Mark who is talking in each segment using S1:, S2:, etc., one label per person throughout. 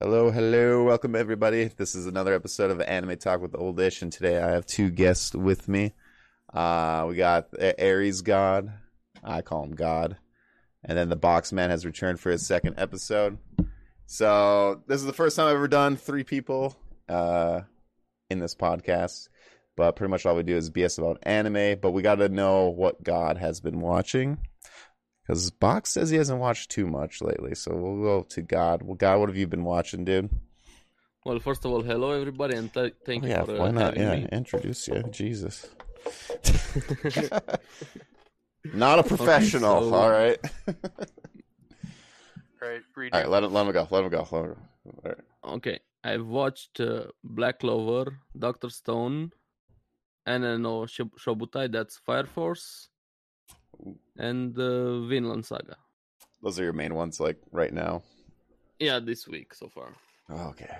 S1: Hello, hello, welcome everybody. This is another episode of Anime Talk with Old Ish, and today I have two guests with me. Uh, we got A- Ares God, I call him God, and then the Box Man has returned for his second episode. So this is the first time I've ever done three people uh, in this podcast, but pretty much all we do is BS about anime. But we got to know what God has been watching. Because Box says he hasn't watched too much lately, so we'll go to God. Well, God, what have you been watching, dude?
S2: Well, first of all, hello everybody, and th- thank
S1: Oh,
S2: you
S1: yeah,
S2: for uh,
S1: why not?
S2: having
S1: Yeah,
S2: me.
S1: introduce you. Jesus. not a professional.
S2: so-
S1: All right.
S3: Right, redo.
S1: All right, let him, let him go. Let him go. Let him go. All right.
S2: Okay, I've watched uh, Black Clover, Doctor Stone, and uh, no Shib- Shobutai. That's Fire Force, and uh, Vinland Saga.
S1: Those are your main ones, like right now. Oh,
S2: Yeah, this week so far.
S1: Okay, okay.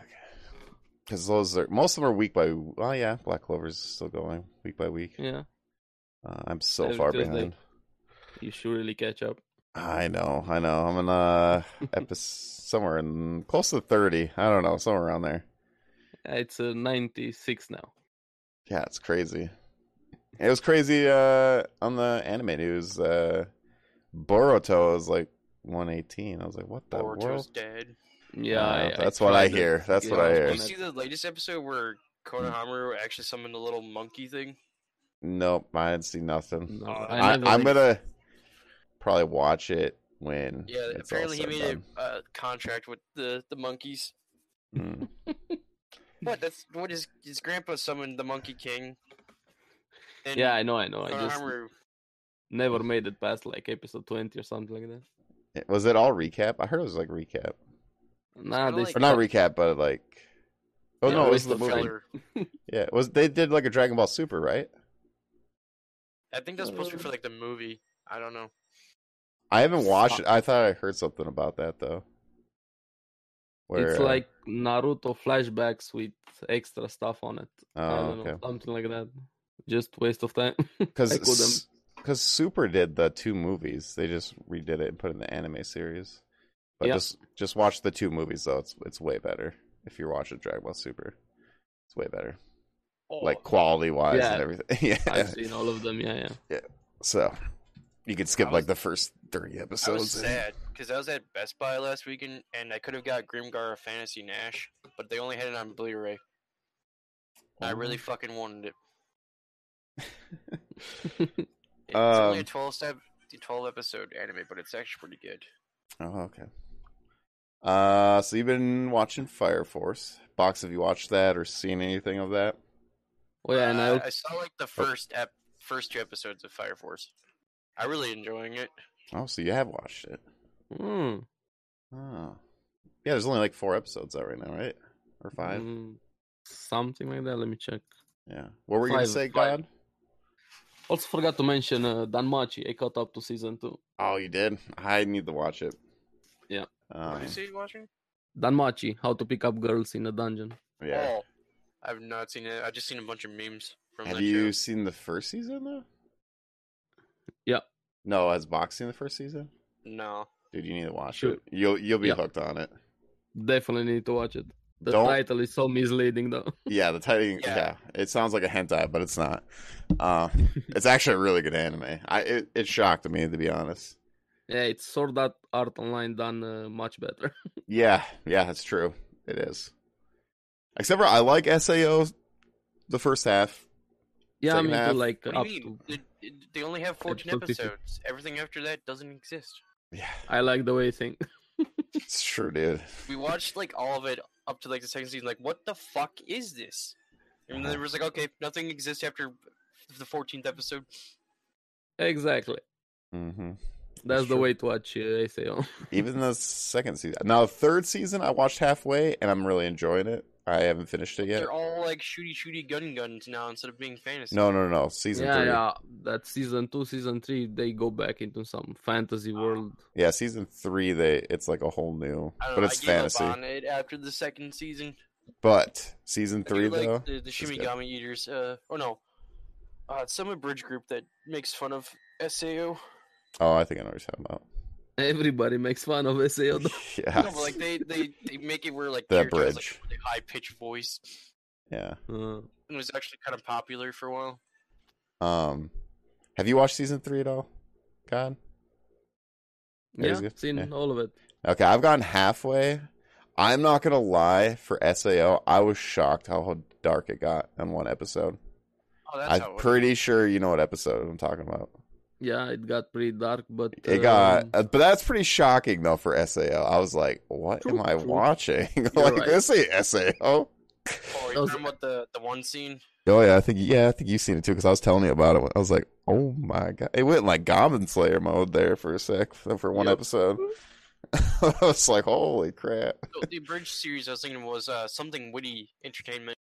S1: Because those are most of them are week by. Oh yeah, Black Clover's still going week by week.
S2: Yeah,
S1: Uh, I'm so
S2: Yeah,
S1: far
S2: because,
S1: behind.
S2: you should really catch up.
S1: I know, I know. I'm in uh episode somewhere in close to thirty. I don't know, somewhere around there.
S2: It's uh, 96 now.
S1: Yeah, it's crazy. It was crazy uh on the anime news. Uh Boruto was like 118. I was like, what the
S3: Boruto's
S1: world?
S3: dead.
S2: Yeah,
S1: Uh,
S2: I- I
S1: that's what I
S2: tried it.
S1: hear. That's what I
S2: Yeah,
S1: hear.
S3: Did
S2: on
S3: you see
S2: that-
S3: the latest episode where Konohamaru actually summoned the little monkey thing?
S1: Nope, I didn't see nothing.
S2: No,
S3: Uh,
S1: I,
S2: I never-
S1: I'm gonna probably watch it when.
S3: Yeah,
S1: it's all
S3: apparently he
S1: said and
S3: made a
S1: done.
S3: uh, contract with the, the monkeys.
S1: Mm.
S3: What? That's what his his grandpa summoned the Monkey King. And
S2: Yeah, I know, I know. I just
S3: Konohamaru.
S2: never made it past like episode 20 or something like that.
S1: It- Mm. Was it all recap? I heard it was like recap,
S2: Nah,
S3: kinda
S2: they
S3: like-
S1: or
S3: Or
S1: not
S2: cut-
S1: recap, but like. Oh
S2: Yeah,
S1: no, it was
S2: waste
S1: the
S2: of
S1: movie.
S2: time.
S3: filler.
S1: Yeah, it was they did like a Dragon Ball Super, right?
S3: I think that's supposed to be for like the movie. I don't know.
S1: I haven't watched it. I thought I heard something about that though. Where,
S2: it's
S1: uh,
S2: like Naruto flashbacks with extra stuff on it. I
S1: oh,
S2: don't
S1: okay,
S2: know, something like that. Just waste of time. I couldn't.
S1: because because Super did the two movies. They just redid it and put it in the anime series. But
S2: Yeah.
S1: just just watch the two movies though. It's it's way better if you're watching Dragon Ball Super. It's way better,
S3: Oh,
S1: like quality wise
S2: Yeah.
S1: and everything. yeah.
S2: I've seen all of them. Yeah, yeah.
S1: So you could skip
S3: I
S1: like
S3: was-
S1: the first thirty
S3: I was
S1: episodes.
S3: sad because I was at Best Buy last weekend and I could have got Grimgar of Fantasy Nash, but they only had it on Blu-ray. I really fucking wanted it. It's only a
S1: Um,
S3: twelve step, twelve episode anime, but it's actually pretty good.
S1: Oh, okay. Uh, so you've been watching Fire Force. Box, have you watched that or seen anything of that?
S2: oh yeah,
S1: Ah,
S2: and I, Oh.
S3: Uh,
S2: al-
S3: I saw like the first ep- first two episodes of Fire Force. I'm really enjoying it.
S1: Oh, so you have watched it.
S2: Hmm,
S1: Oh. Yeah, there's only like four episodes out right now, right? Or five?
S2: hmm, something like that. Let me check.
S1: Yeah. What were you going to
S2: Mm-hmm. Five,
S1: say,
S2: five.
S1: God?
S2: Also forgot to mention uh, Danmachi. I caught up to season two.
S1: Oh, you did? I need to watch it.
S2: Oh, Yeah.
S3: What
S1: Um,
S3: did you say you watching?
S2: Danmachi, how to pick up girls in a dungeon.
S1: yeah.
S3: Oh, I've not seen it. I've just seen a bunch of memes from
S1: have
S3: that
S1: you
S3: show.
S1: seen the first season, though?
S2: Yeah.
S1: No, has Box seen the first season?
S3: No.
S1: Dude, you need to watch
S2: Sure.
S1: it. You'll you'll be
S2: Yeah.
S1: hooked on it.
S2: Definitely need to watch it. The
S1: Don't-
S2: title is so misleading though.
S1: Yeah, the title. Yeah.
S3: Yeah.
S1: it sounds like a hentai, but it's not. Uh, it's actually a really good anime. I it, it shocked me to be honest.
S2: yeah, it's Sword Art Art Online done uh, much better.
S1: Yeah, yeah, that's true. It is. Except for I like Sao, the first half.
S2: yeah, I
S1: Second
S2: mean,
S1: half.
S2: like
S3: What
S2: up
S3: do you
S2: to
S3: mean? They, they only have fourteen
S2: Episode fifty.
S3: episodes. Everything after that doesn't exist.
S1: Yeah,
S2: I like the way you think.
S1: it's true, dude.
S3: We watched like all of it up to like the second season. Like, what the fuck is this? And then
S1: Uh-huh.
S3: it was like, okay, nothing exists after the fourteenth episode.
S2: Exactly.
S1: hmm
S2: That's, the
S1: true.
S2: way to watch uh, SAO.
S1: Even the second season. Now, the third season I watched halfway, and I'm really enjoying it. I haven't finished it yet.
S3: They're all like shooty shooty gun guns now instead of being fantasy.
S1: No, no, no. Season
S2: yeah,
S1: three. Yeah.
S2: yeah. That season two, season three, they go back into some fantasy world.
S1: season three. They it's like a whole new,
S3: I don't
S1: but
S3: know,
S1: it's
S3: I gave
S1: fantasy.
S3: up on it after the second season.
S1: But season
S3: I do
S1: three though.
S3: like the, the
S1: good.
S3: Shimigami Eaters. Uh, oh no, uh, it's some abridged group that makes fun of Sao.
S1: Oh, I think I know what you're talking about.
S2: Everybody makes fun of Sao. though.
S1: yeah,
S3: No, but like they, they, they make it where like
S1: That
S3: character has, like,
S1: bridge.
S3: a really high pitched voice.
S1: yeah.
S2: Uh,
S3: It was actually kind of popular for a while.
S1: Um, have you watched season three at all? God. Aries
S2: yeah,
S1: good?
S2: seen
S1: Yeah.
S2: all of it.
S1: Okay, I've gone halfway. I'm not gonna lie. For Sao, I was shocked how dark it got in one episode.
S3: Oh, that's how.
S1: I'm
S3: It was.
S1: pretty sure you know what episode I'm talking about.
S2: Yeah, it got pretty dark, but
S1: It got,
S2: um,
S1: uh, but that's pretty shocking though for Sao. I was like, "What
S2: True,
S1: am I
S2: true.
S1: watching? like
S2: right.
S1: this ain't Sao."
S3: Oh,
S2: That
S3: you
S2: was-
S3: talking about the the one scene?
S1: Oh yeah, I think yeah, I think you've seen it too because I was telling you about it. I was like, "Oh my god!" It went like Goblin Slayer mode there for a sec for one
S2: Yep.
S1: episode. I was like, "Holy crap!"
S3: So the bridge series I was thinking was uh, something witty entertainment.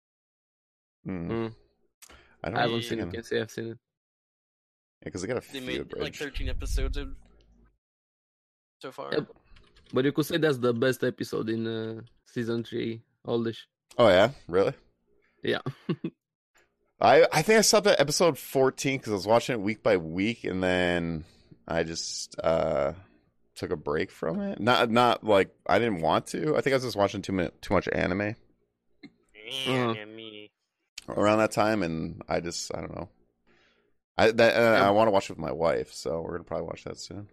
S1: Mm.
S2: Mm.
S1: I don't
S2: I haven't
S1: know.
S2: seen it. Can't say I've seen it.
S1: because they got a
S3: They
S1: few
S3: made like
S1: bridge.
S3: 13 episodes of so far.
S2: Yep. But you could say that's the best episode in uh, season three. All this.
S1: oh yeah, really?
S2: Yeah.
S1: I I think I stopped at episode fourteen because I was watching it week by week, and then I just uh took a break from it. Not not like I didn't want to. I think I was just watching too much too much anime
S3: Yeah,
S1: Uh-huh.
S3: me.
S1: around that time, and I just I don't know. I that uh, I want to watch it with my wife, so we're gonna probably watch that soon.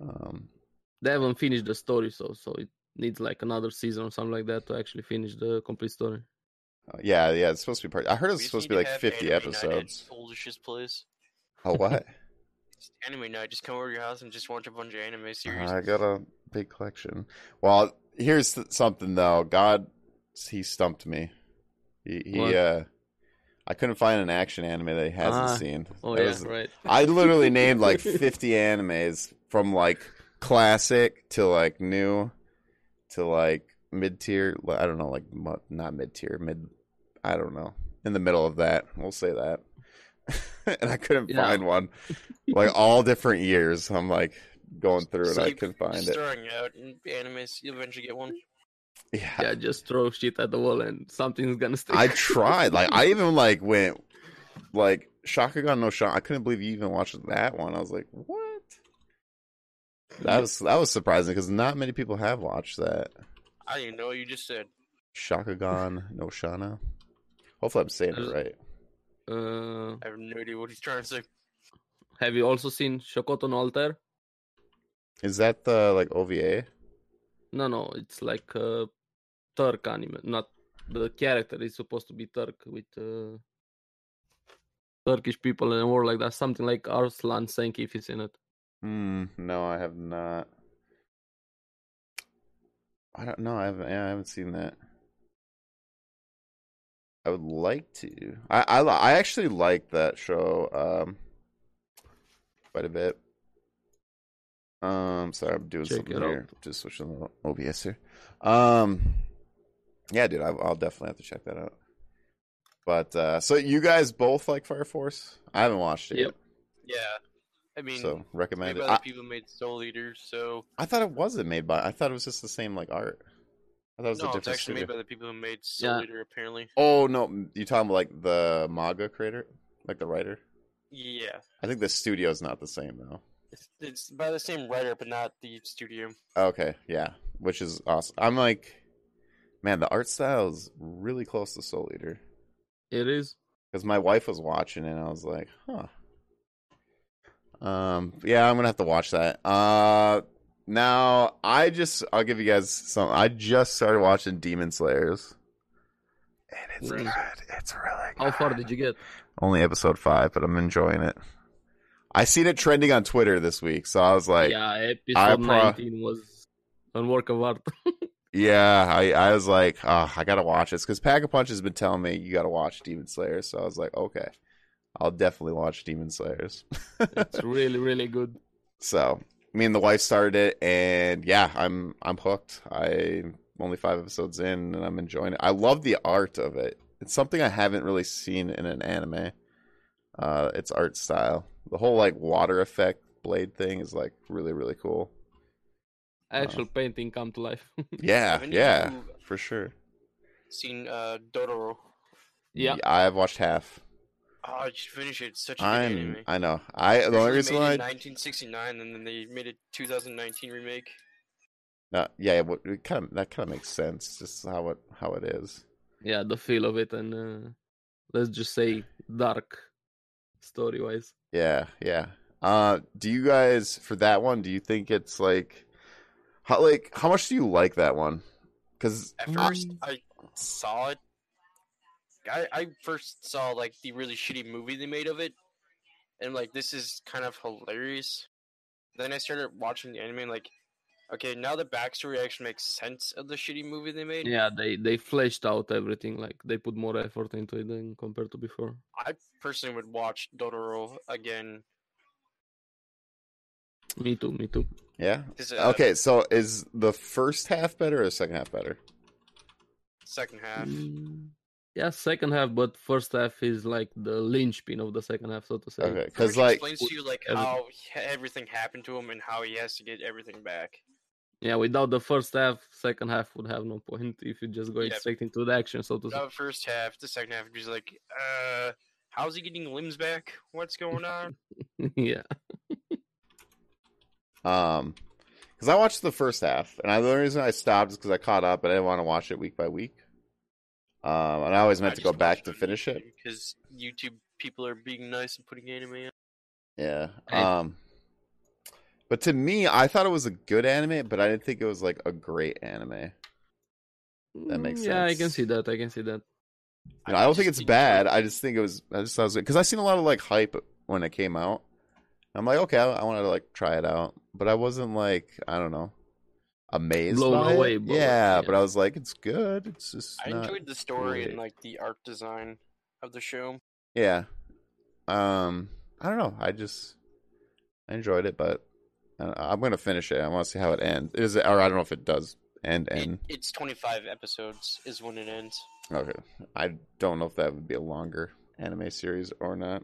S1: Um,
S2: They haven't finished the story, so so it needs like another season or something like that to actually finish the complete story.
S1: uh, yeah, yeah, it's supposed to be part. I heard
S3: We
S1: it's
S3: just
S1: supposed to
S3: need
S1: be like
S3: have
S1: fifty
S3: anime night at
S1: episodes.
S3: Oldish's place.
S1: Oh what?
S3: Just anime night. Just come over to your house and just watch a bunch of anime series.
S1: I got a big collection. Well, here's th- something though. God, he stumped me. He,
S2: What?
S1: he uh, I couldn't find an action anime that he hasn't
S2: Ah.
S1: seen.
S2: Oh
S1: That
S2: yeah,
S1: was-
S2: right.
S1: I literally named like 50 animes from like classic to like new to like mid tier. I don't know, like mu- not mid tier, mid. I don't know. In the middle of that, we'll say that. and I couldn't
S2: Yeah.
S1: find one. Like all different years, I'm like going through it.
S3: So
S1: I
S3: you-
S1: couldn't find
S3: Just
S1: it.
S3: throwing out animes, you eventually get one.
S1: Yeah,
S2: Yeah, just throw shit at the wall and something's gonna stick.
S1: I tried. Like I even like went like Shakugan no Shot. I couldn't believe you even watched that one. I was like, what? That was that was surprising because not many people have watched that
S3: I didn't even know what you just said.
S1: Shakugan no Shana. Hopefully, I'm saying it right.
S2: Uh,
S3: I have no idea what he's trying to say.
S2: have you also seen Shokoto no Altar?
S1: Is that the like OVA?
S2: No, no, it's like a Turk anime. Not the character is supposed to be Turk with uh, Turkish people and war like that. Something like Arslan Senki if he's in it.
S1: Hmm. No, I have not. I don't know. I haven't. Yeah, I haven't seen that. I would like to. I I, li- I actually like that show um quite a bit. Um, sorry, I'm doing
S2: Check
S1: something
S2: it
S1: here. Just switching the OBS here. Um, yeah, dude, I, I'll definitely have to check that out. But uh so you guys both like Fire Force? I haven't watched it
S2: Yep.
S3: Yeah. I
S1: yet,
S3: mean,
S1: so
S3: made
S1: recommend
S3: by
S1: it.
S3: the
S1: I-
S3: people who made Soul Eater, so
S1: I thought it wasn't made by. I thought it was just the same like art. I thought it was
S3: no,
S1: a
S3: it's
S1: different
S3: actually
S1: studio.
S3: made by the people who made Soul
S2: Yeah.
S3: Eater. Apparently,
S1: Oh no, you talking about like the manga creator, like the writer?
S3: yeah,
S1: I think the studio's not the same though.
S3: it's, it's by the same writer, but not the studio.
S1: Okay, yeah, which is awesome. I'm like, man, the art style is really close to Soul Eater
S2: It is.
S1: because my wife was watching it and I was like, huh. Um, yeah, I'm gonna have to watch that. Uh, now I just I'll give you guys some. I just started watching Demon Slayers, and it's
S2: Really?
S1: good. It's really good.
S2: How far did you get?
S1: only episode five, but I'm enjoying it. I seen it trending on Twitter this week, so I was like, yeah,
S2: yeah, episode
S1: pro-
S2: 19 was a work of art.
S1: I, I was like, oh, I gotta watch this because Pack a Punch has been telling me you gotta watch Demon Slayers, so I was like, okay, I'll definitely watch Demon Slayers.
S2: it's really, really good.
S1: so me and the wife started it, and yeah, I'm I'm hooked. I'm only five episodes in, and I'm enjoying it. I love the art of it. It's something I haven't really seen in an anime. Uh, its art style, the whole like water effect blade thing is like really really cool. Uh.
S2: Actual painting come to life.
S1: Yeah,
S3: Hmm. Haven't
S1: yeah,
S3: you
S1: for sure.
S3: seen uh, Dororo?
S2: yeah.
S1: I've watched half.
S3: Oh, I just finished it. It's such a good
S1: I'm.
S3: anime.
S1: I know. I the only
S3: Originally
S1: reason
S3: made
S1: why.
S3: in 1969, and then they made a 2019 remake.
S1: No, yeah, it, would- it kind of that kind of makes sense. Just how it how it is.
S2: Yeah, the feel of it and uh, let's just say dark story wise.
S1: Yeah, yeah. Uh, do you guys for that one? Do you think it's like how like how much do you like that one? Because
S3: At first, I saw it. I, I first saw like the really shitty movie they made of it, and I'm like, this is kind of hilarious. Then I started watching the anime, and like, okay, now the backstory actually makes sense of the shitty movie they made.
S2: Yeah, they they fleshed out everything. Like they put more effort into it than compared to before.
S3: I personally would watch Dororo again.
S2: Me too. Me too.
S1: yeah.
S3: This is, uh,
S1: Okay, so is the first half better or the second half better?
S3: Second half.
S2: Mm, Yeah, second half, but first half is like the linchpin of the second half, so to say.
S1: Okay, because
S3: Which
S1: like
S3: explains to you like
S2: everything-
S3: how he- everything happened to him and how he has to get everything back.
S2: Yeah, without the first half, second half would have no point if you just go
S3: Yeah.
S2: straight into the action, so to say.
S3: The first half, the second half, just like, uh, how's he getting limbs back? What's going on?
S2: yeah.
S1: Um, because I watched the first half, and I, the only reason I stopped is because I caught up, and I didn't want to watch it week by week. Um, and I always meant to go back to finish it.
S3: because YouTube people are being nice and putting anime. Up.
S1: Yeah.
S2: Right.
S1: Um, but to me, I thought it was a good anime, but I didn't think it was like a great anime. You That makes
S2: Mm, Yeah, I can
S1: sense.
S2: see that. I can see that.
S1: know, I don't think
S3: just
S1: it's bad. I just think it was. I just thought it was because I seen a lot of like hype when it came out. I'm like, okay, I, I wanted to like try it out, but I wasn't like, I don't know, amazed.
S2: Blown
S1: by it.
S2: away, but,
S1: yeah,
S2: yeah.
S1: but I was like, it's good. It's just.
S3: I
S1: not-
S3: enjoyed the story
S1: great.
S3: and like the art design of the show.
S1: Yeah. Um, I don't know. I just I enjoyed it, but I, I'm gonna finish it. I want to see how it ends. Is it, or I don't know if it does end.
S3: It,
S1: End.
S3: it's 25 episodes is when it ends.
S1: Okay. I don't know if that would be a longer anime series or not.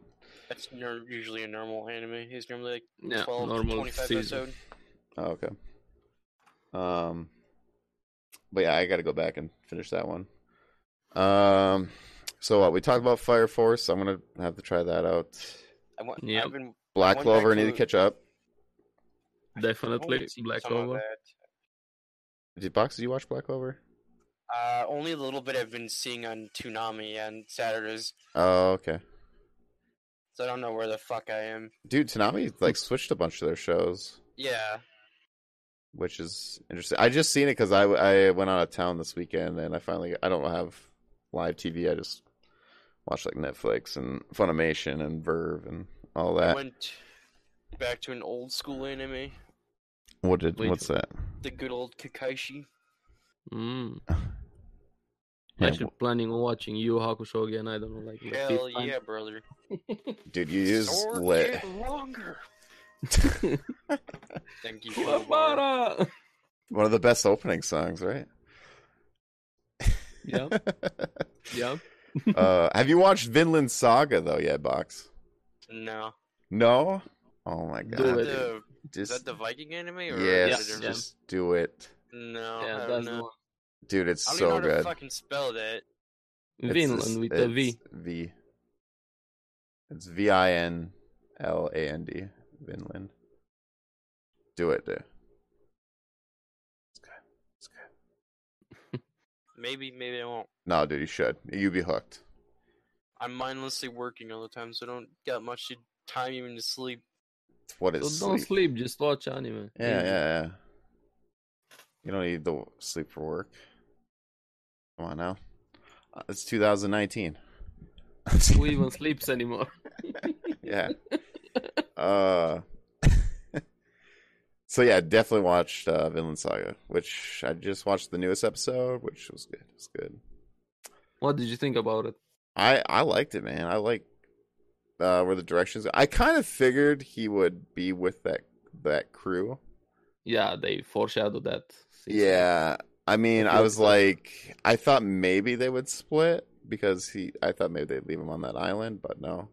S3: That's nor- usually a normal anime. It's normally like
S2: Yeah,
S3: 12 to
S2: normal
S3: 25
S2: season.
S3: episode.
S1: Oh, okay. Um, but yeah, I got to go back and finish that one. Um, so what we talked about Fire Force. I'm gonna have to try that out.
S3: I want,
S2: Yep.
S3: I've been
S1: Black
S3: went
S1: Clover. I
S3: back
S1: need to
S3: to-
S1: catch up.
S2: Definitely
S3: I've seen
S2: Black
S3: some of
S2: Clover.
S3: that.
S1: Did Box? Did you watch Black Clover?
S3: Uh, only a little bit I've been seeing on Toonami on Saturdays,
S1: Oh, okay.
S3: so I don't know where the fuck I am.
S1: Dude, Tanami like switched a bunch of their shows.
S3: Yeah,
S1: which is interesting. I just seen it because I, I went out of town this weekend and I finally I don't have live TV. I just watch like Netflix and Funimation and Verve and all
S3: I
S1: that.
S3: went back to an old school anime,
S1: What did
S2: Wait.
S1: what's that?
S3: the good old Kakashi.
S2: Mm.
S1: Yeah,
S2: Actually, planning on watching Yu Hakusho again. I don't know, like the
S3: Hell
S2: fifth time.
S3: yeah, brother!
S1: Dude, you is
S3: Sword
S1: lit.
S3: get longer. Thank you. Fujiwara.
S2: Kuwabara!
S1: One of the best opening songs, right?
S2: yeah, yeah.
S3: Um,
S1: uh, have you watched Vinland Saga though yet, Box?
S3: No,
S1: No. Oh my
S2: Do
S1: god.
S3: is that,
S2: it.
S1: dude.
S3: the, is
S1: Just
S3: that the Viking anime? Or is it
S1: yes,
S3: different?
S2: Yeah.
S1: just do it,
S3: No,
S2: yeah,
S3: I
S2: that's
S3: don't
S2: the
S3: know.
S2: one.
S1: dude. It's
S3: I don't
S1: so
S3: even know how to
S1: good.
S3: fucking spell that.
S1: It's- it's-
S2: Vinland with a V.
S1: it's V. It's V I N L A N D. Vinland. Do it, dude.
S3: Maybe, maybe I won't.
S1: No, dude, you should. You'd be hooked.
S3: I'm mindlessly working all the time, so I don't got much to time even to sleep.
S1: It's What
S2: So
S1: is
S2: don't
S1: sleep?
S2: sleep, just watch anime.
S1: Yeah,
S2: Easy.
S1: yeah, yeah. You don't need the sleep for work. Come on now. Uh, It's 2019.
S2: Who even sleeps anymore?
S1: yeah. Uh. so yeah, definitely watched uh, Vinland Saga, which I just watched the newest episode, which was good. It was good.
S2: What did you think about it?
S1: I I liked it, man. I like uh, where the directions. I kind of figured he would be with that that crew.
S2: Yeah, they foreshadowed that. season.
S1: Yeah, I mean, I was like, I thought maybe they would split because he. I thought maybe they'd leave him on that island, but no.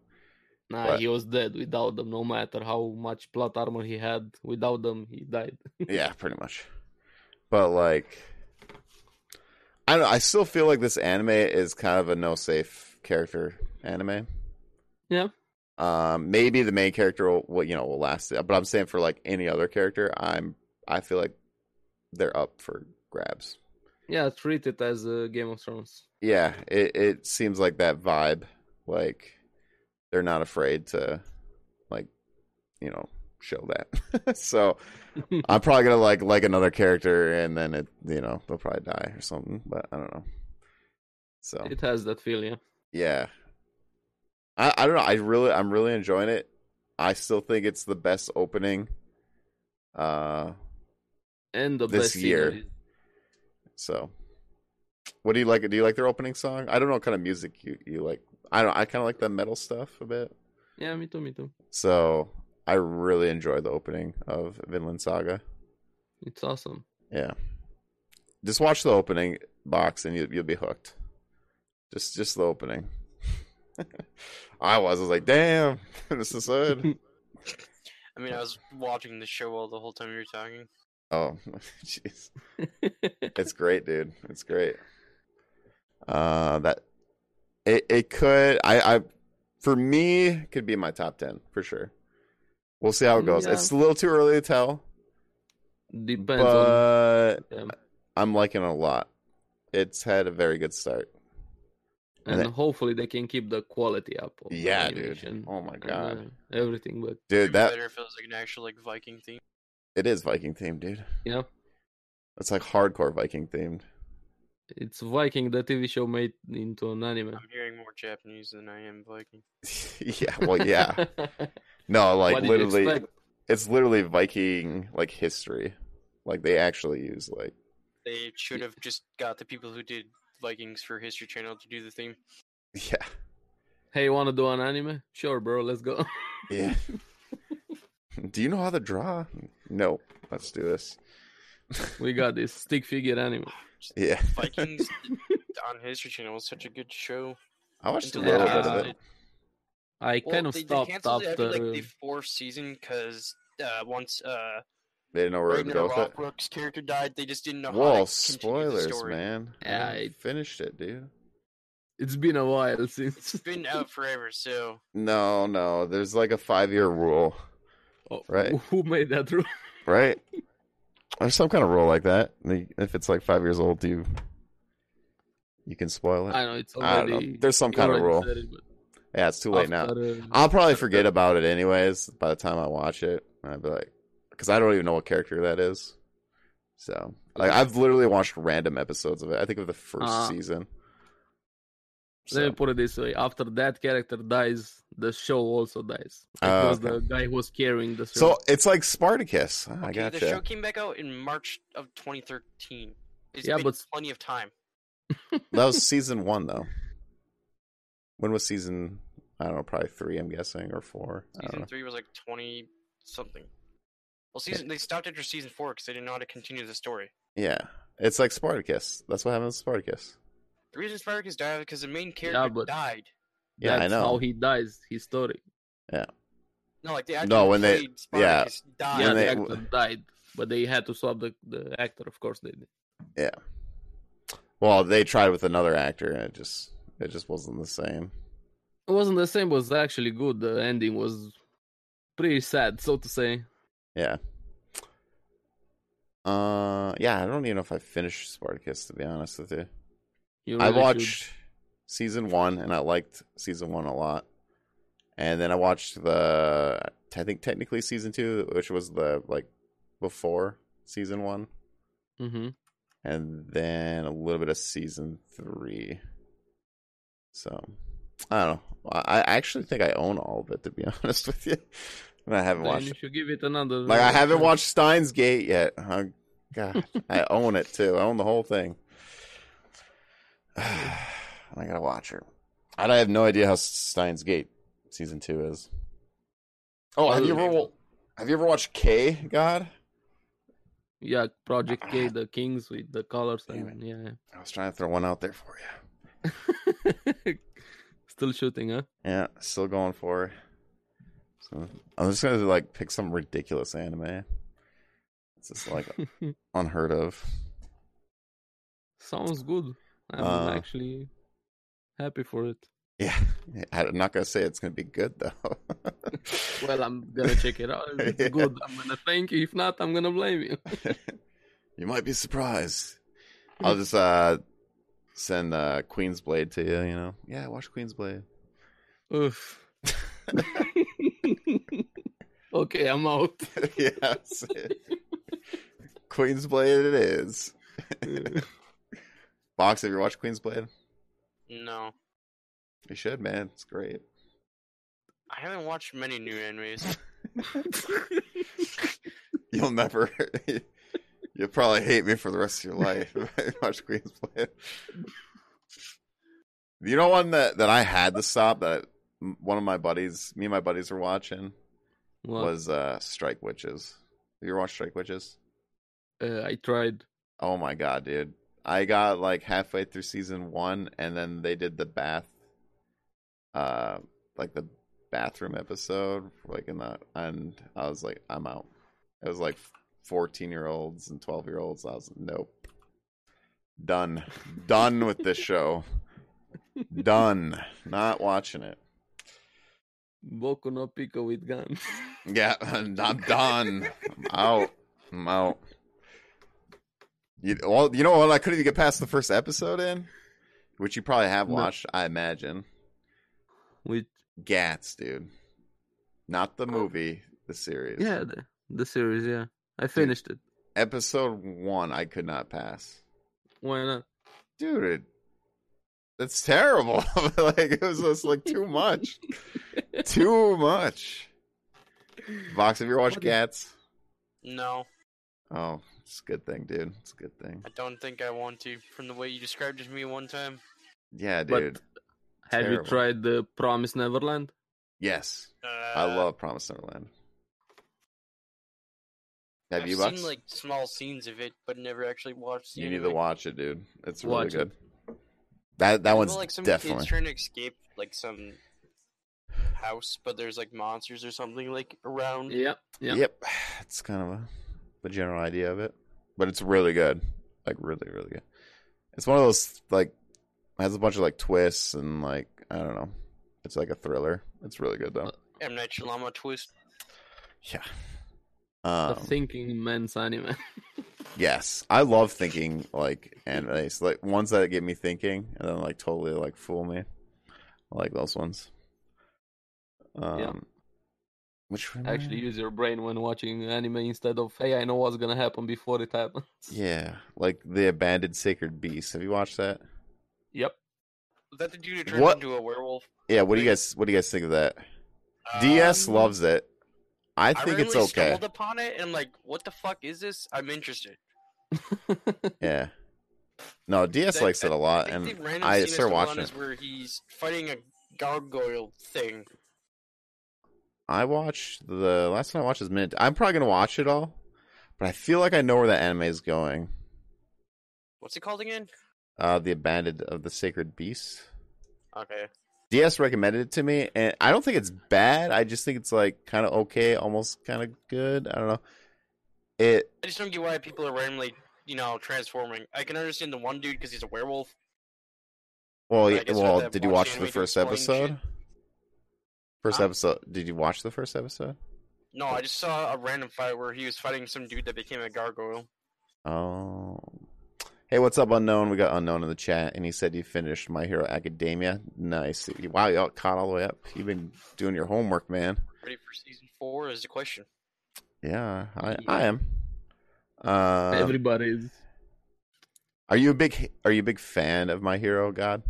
S2: Nah,
S1: But-
S2: he was dead without them. No matter how much plot armor he had, without them he died.
S1: yeah, pretty much. But like, I don't. know, I still feel like this anime is kind of a no safe character anime.
S2: Yeah.
S1: Um, maybe the main character will, will you know will last, but I'm saying for like any other character, I'm I feel like they're up for grabs.
S2: Yeah, treat it as uh, Game of Thrones.
S1: Yeah, it it seems like that vibe. Like they're not afraid to like you know show that. so I'm probably gonna like like another character, and then it you know they'll probably die or something. But I don't know. So
S2: It has that feel, yeah.
S1: yeah i i don't know i really i'm really enjoying it i still think it's the best opening uh
S2: And the
S1: This
S2: best
S1: year.
S2: scenery.
S1: so what do you like do you like their opening song i don't know what kind of music you you like i don't i kind of like the metal stuff a bit
S2: Yeah, me too, me too.
S1: so i really enjoy the opening of vinland saga
S2: It's awesome.
S1: yeah just watch the opening box and you, you'll be hooked just just the opening i was i was like damn this is good
S3: I mean, I was watching the show all the whole time you were talking.
S1: Oh, jeez. It's great, dude. It's great. Uh, that it it could I I for me could be my top ten for sure. We'll see how it
S2: Mm,
S1: goes.
S2: yeah.
S1: It's a little too early to tell,
S2: Depends on
S1: but
S2: them.
S1: I'm liking it a lot. It's had a very good start.
S2: And
S1: that-
S2: hopefully they can keep the quality up. of the
S1: Yeah, dude.
S2: animation
S1: Oh my
S2: and,
S1: god,
S2: uh, everything, but
S3: It'd
S1: dude,
S3: be
S1: that
S3: better if it was like an actual like Viking theme.
S1: it is Viking themed, dude.
S2: yeah.
S1: It's like hardcore Viking themed.
S2: It's Viking, the TV show made into an anime.
S3: I'm hearing more Japanese than I am Viking.
S1: yeah, well, yeah. No, like
S2: What did you
S1: literally.
S2: expect?
S1: it's literally Viking like history. Like they actually use like
S3: They should
S2: Yeah.
S3: have just got the people who did Vikings for History Channel to do the theme.
S1: yeah
S2: Hey, you want to do an anime? Sure, bro. Let's go.
S1: yeah. do you know how to draw? No, let's do this.
S2: we got this stick figure anime.
S1: Yeah,
S3: Vikings on History Channel was such a good show.
S1: I watched a
S3: Until they
S1: little bit of
S3: canceled
S1: it.
S3: it.
S2: I
S3: Well,
S2: kind of
S3: they, they
S2: stopped
S3: canceled it after
S2: after.
S3: like the fourth season because uh, once uh,
S1: They didn't know where to
S3: Ragnar
S1: go with it.
S3: Lothbrok's character died, they just didn't know how
S1: Whoa,
S3: to continue the
S1: spoilers,
S3: story.
S1: man!
S2: Yeah,
S1: I
S2: I-
S1: finished it, dude.
S2: uh, It's been a while since.
S3: It's been out forever, so
S1: No, no, there's like a five year rule,
S2: Oh,
S1: Right.
S2: Who made that rule?
S1: right? There's some kind of rule like that. Like, If it's like five years old, you you can spoil it.
S2: I know it's
S1: I
S2: already.
S1: don't know. There's some kind of rule. Yeah, it's too late now.
S2: uh,
S1: I'll probably forget about it anyways by the time I watch it. And I'd be like, because I don't even know what character that is. So, like, I've literally watched random episodes of it. I think of the first
S2: Uh,
S1: season.
S2: Let
S1: So,
S2: me put it this way: after that character dies, the show also dies
S1: Ah,
S2: because
S1: okay.
S2: the guy was carrying the show.
S1: so it's like Spartacus. Ah, I
S3: Okay, The show
S1: gotcha.
S3: came back out in March of 2013. It's
S2: Yeah,
S3: been
S2: but-
S3: plenty of time.
S1: that was season one, though. When was season? I don't know, probably three, I'm guessing, or four. I don't
S3: Season
S1: know.
S3: three was like 20 something. Well, season they stopped after season four because they didn't know how to continue the story.
S1: Yeah, it's like Spartacus. That's what happened to Spartacus.
S3: The reason Spartacus died because the main character
S2: but-
S3: died.
S1: Yeah, I
S2: That's
S1: know.
S2: How he dies, his story.
S3: No, like the actor
S1: No,
S3: who
S1: when they-
S3: played
S1: yeah.
S3: Spartacus died.
S2: yeah,
S1: when they-
S2: the actor died, but they had to swap the, the actor. Of course, they did.
S1: Well, they tried with another actor, and it just it just wasn't the same.
S2: It wasn't the same. Was actually good. The ending was pretty sad, so to say.
S1: Uh, yeah, I don't even know if I finished Spartacus to be honest with you.
S2: You
S1: I
S2: really should-
S1: watched season one and I liked season one a lot, and then I watched the I think technically season two, which was the like before season one,
S2: Mhm.
S1: and then a little bit of season three. So I don't know. I I actually think I own all of it to be honest with you, and I haven't
S2: Then
S1: watched
S2: you should give it another.
S1: like I haven't
S2: chance.
S1: watched Steins Gate yet. Oh, God, I own it too. I own the whole thing. I gotta watch her. And I have no idea how Steins Gate season two is. Oh, have you ever have you ever watched K God?
S2: Yeah, Project K, the Kings with the colors,
S1: Ah. Damn
S2: and yeah,
S1: I was trying to throw one out there for you.
S2: still shooting, huh?
S1: Yeah, still going for. it. So, I'm just gonna like pick some ridiculous anime. It's just like unheard of.
S2: Sounds good. I'm
S1: Uh,
S2: actually happy for it.
S1: Yeah, I'm not gonna say it's gonna be good though.
S2: Well, I'm gonna check it out. If it's
S1: Yeah.
S2: good, I'm gonna thank you. If not, I'm gonna blame you.
S1: you might be surprised. I'll just uh send uh Queensblade to you, you know. Yeah, watch Queensblade.
S2: Oof. okay, I'm out.
S1: yes. Queensblade it is. Box, have you watched Queensblade?
S3: No,
S1: You should, man. It's great.
S3: I haven't watched many new animes.
S1: You'll never you'll probably hate me for the rest of your life if I watch Queensblade. You know one that, that I had to stop that m- one of my buddies, me and my buddies were watching
S2: Well,
S1: was uh Strike Witches. Have you ever watched Strike Witches?
S2: uh, I tried.
S1: Oh my god, dude. I got like halfway through season one and then they did the bath uh like the bathroom episode like in the and I was like, I'm out. It was like fourteen year olds and twelve year olds. I was like, nope. Done. Done with this show. Done. Not watching it.
S2: Boku no Pico with gun.
S1: Yeah, I'm done. I'm out. I'm out. You, well, you know what? I couldn't even get past the first episode in, which you probably have
S2: No.
S1: watched, I imagine.
S2: With
S1: Gats, dude. Not the movie, the series.
S2: Oh. yeah, the, the series. Yeah, I finished it.
S1: Episode one, I could not pass.
S2: Why not?
S1: Dude, it, that's terrible. like, it was just like too much. too much. Vox, have you ever watched
S2: What is-
S1: Gats?
S3: No,
S1: Oh, it's a good thing, dude. It's a good thing.
S3: I don't think I want to. From the way you described it to me one time,
S1: Yeah,
S2: But-
S1: dude.
S2: Have you
S1: Terrible.
S2: tried the Promise Neverland?
S1: Yes,
S3: uh,
S1: I love Promise Neverland. Have
S3: I've
S1: you
S3: seen
S1: watched?
S3: like small scenes of it, but never actually watched. the
S1: you need
S3: anime.
S1: to watch it, dude. It's really
S2: Watch it.
S1: good. That that
S3: I know,
S1: one's
S3: like some
S1: definitely
S3: kids trying to escape like some house, but there's like monsters or something like around.
S2: Yeah, yeah.
S1: yep. It's kind of a, the general idea of it, but it's really good. Like really, really good. It's one of those like has a bunch of like twists and like I don't know. It's like a thriller. It's really good though.
S3: M Night Shyamalan twist.
S1: Yeah.
S2: The
S1: Um,
S2: thinking man's anime.
S1: Yes, I love thinking like animes, like ones that get me thinking and then like totally like fool me. I like those ones. Um, which one am I
S2: Actually,
S1: on?
S2: use your brain when watching anime instead of hey, I know what's gonna happen before it happens.
S1: yeah, like the abandoned sacred beast. Have you watched that?
S2: Yep.
S3: Was that the dude who turned
S1: What?
S3: into a werewolf?
S1: Yeah. What do you
S3: Wait.
S1: guys What do you guys think of that? DS
S3: Um,
S1: loves it. I think it's
S3: randomly
S1: okay.
S3: stumbled upon it and I'm like, what the fuck is this? I'm interested.
S1: Yeah. No, DS
S3: That-
S1: likes it a
S3: I
S1: lot,
S3: think the
S1: and
S3: random
S1: I
S3: scene
S1: started
S3: stumbled on
S1: watching
S3: is
S1: it.
S3: where he's fighting a gargoyle thing.
S1: I watched the last time I watched is Mint. I'm probably gonna watch it all, but I feel like I know where that anime is going.
S3: What's it called again?
S1: uh, the abandoned of the sacred beast
S3: Okay.
S1: ds recommended it to me and i don't think it's bad i just think it's like kind of okay almost kind of good i don't know it
S3: I just don't get why people are randomly, you know, transforming. I can understand the one dude because he's a werewolf.
S1: well
S3: But I
S1: yeah,
S3: guess with
S1: well
S3: that
S1: did you
S3: watch
S1: watch the
S3: anime to
S1: first
S3: explain
S1: episode first
S3: Huh?
S1: episode did you watch the first episode
S3: No, I just saw a random fight where he was fighting some dude that became a gargoyle.
S1: oh hey what's up unknown we got unknown in the chat and he said you finished my hero academia nice wow you all caught all the way up you've been doing your homework man
S3: Ready for season four is the question.
S1: yeah i, I am uh,
S2: Everybody is.
S1: Are you a big are you a big fan of My Hero God?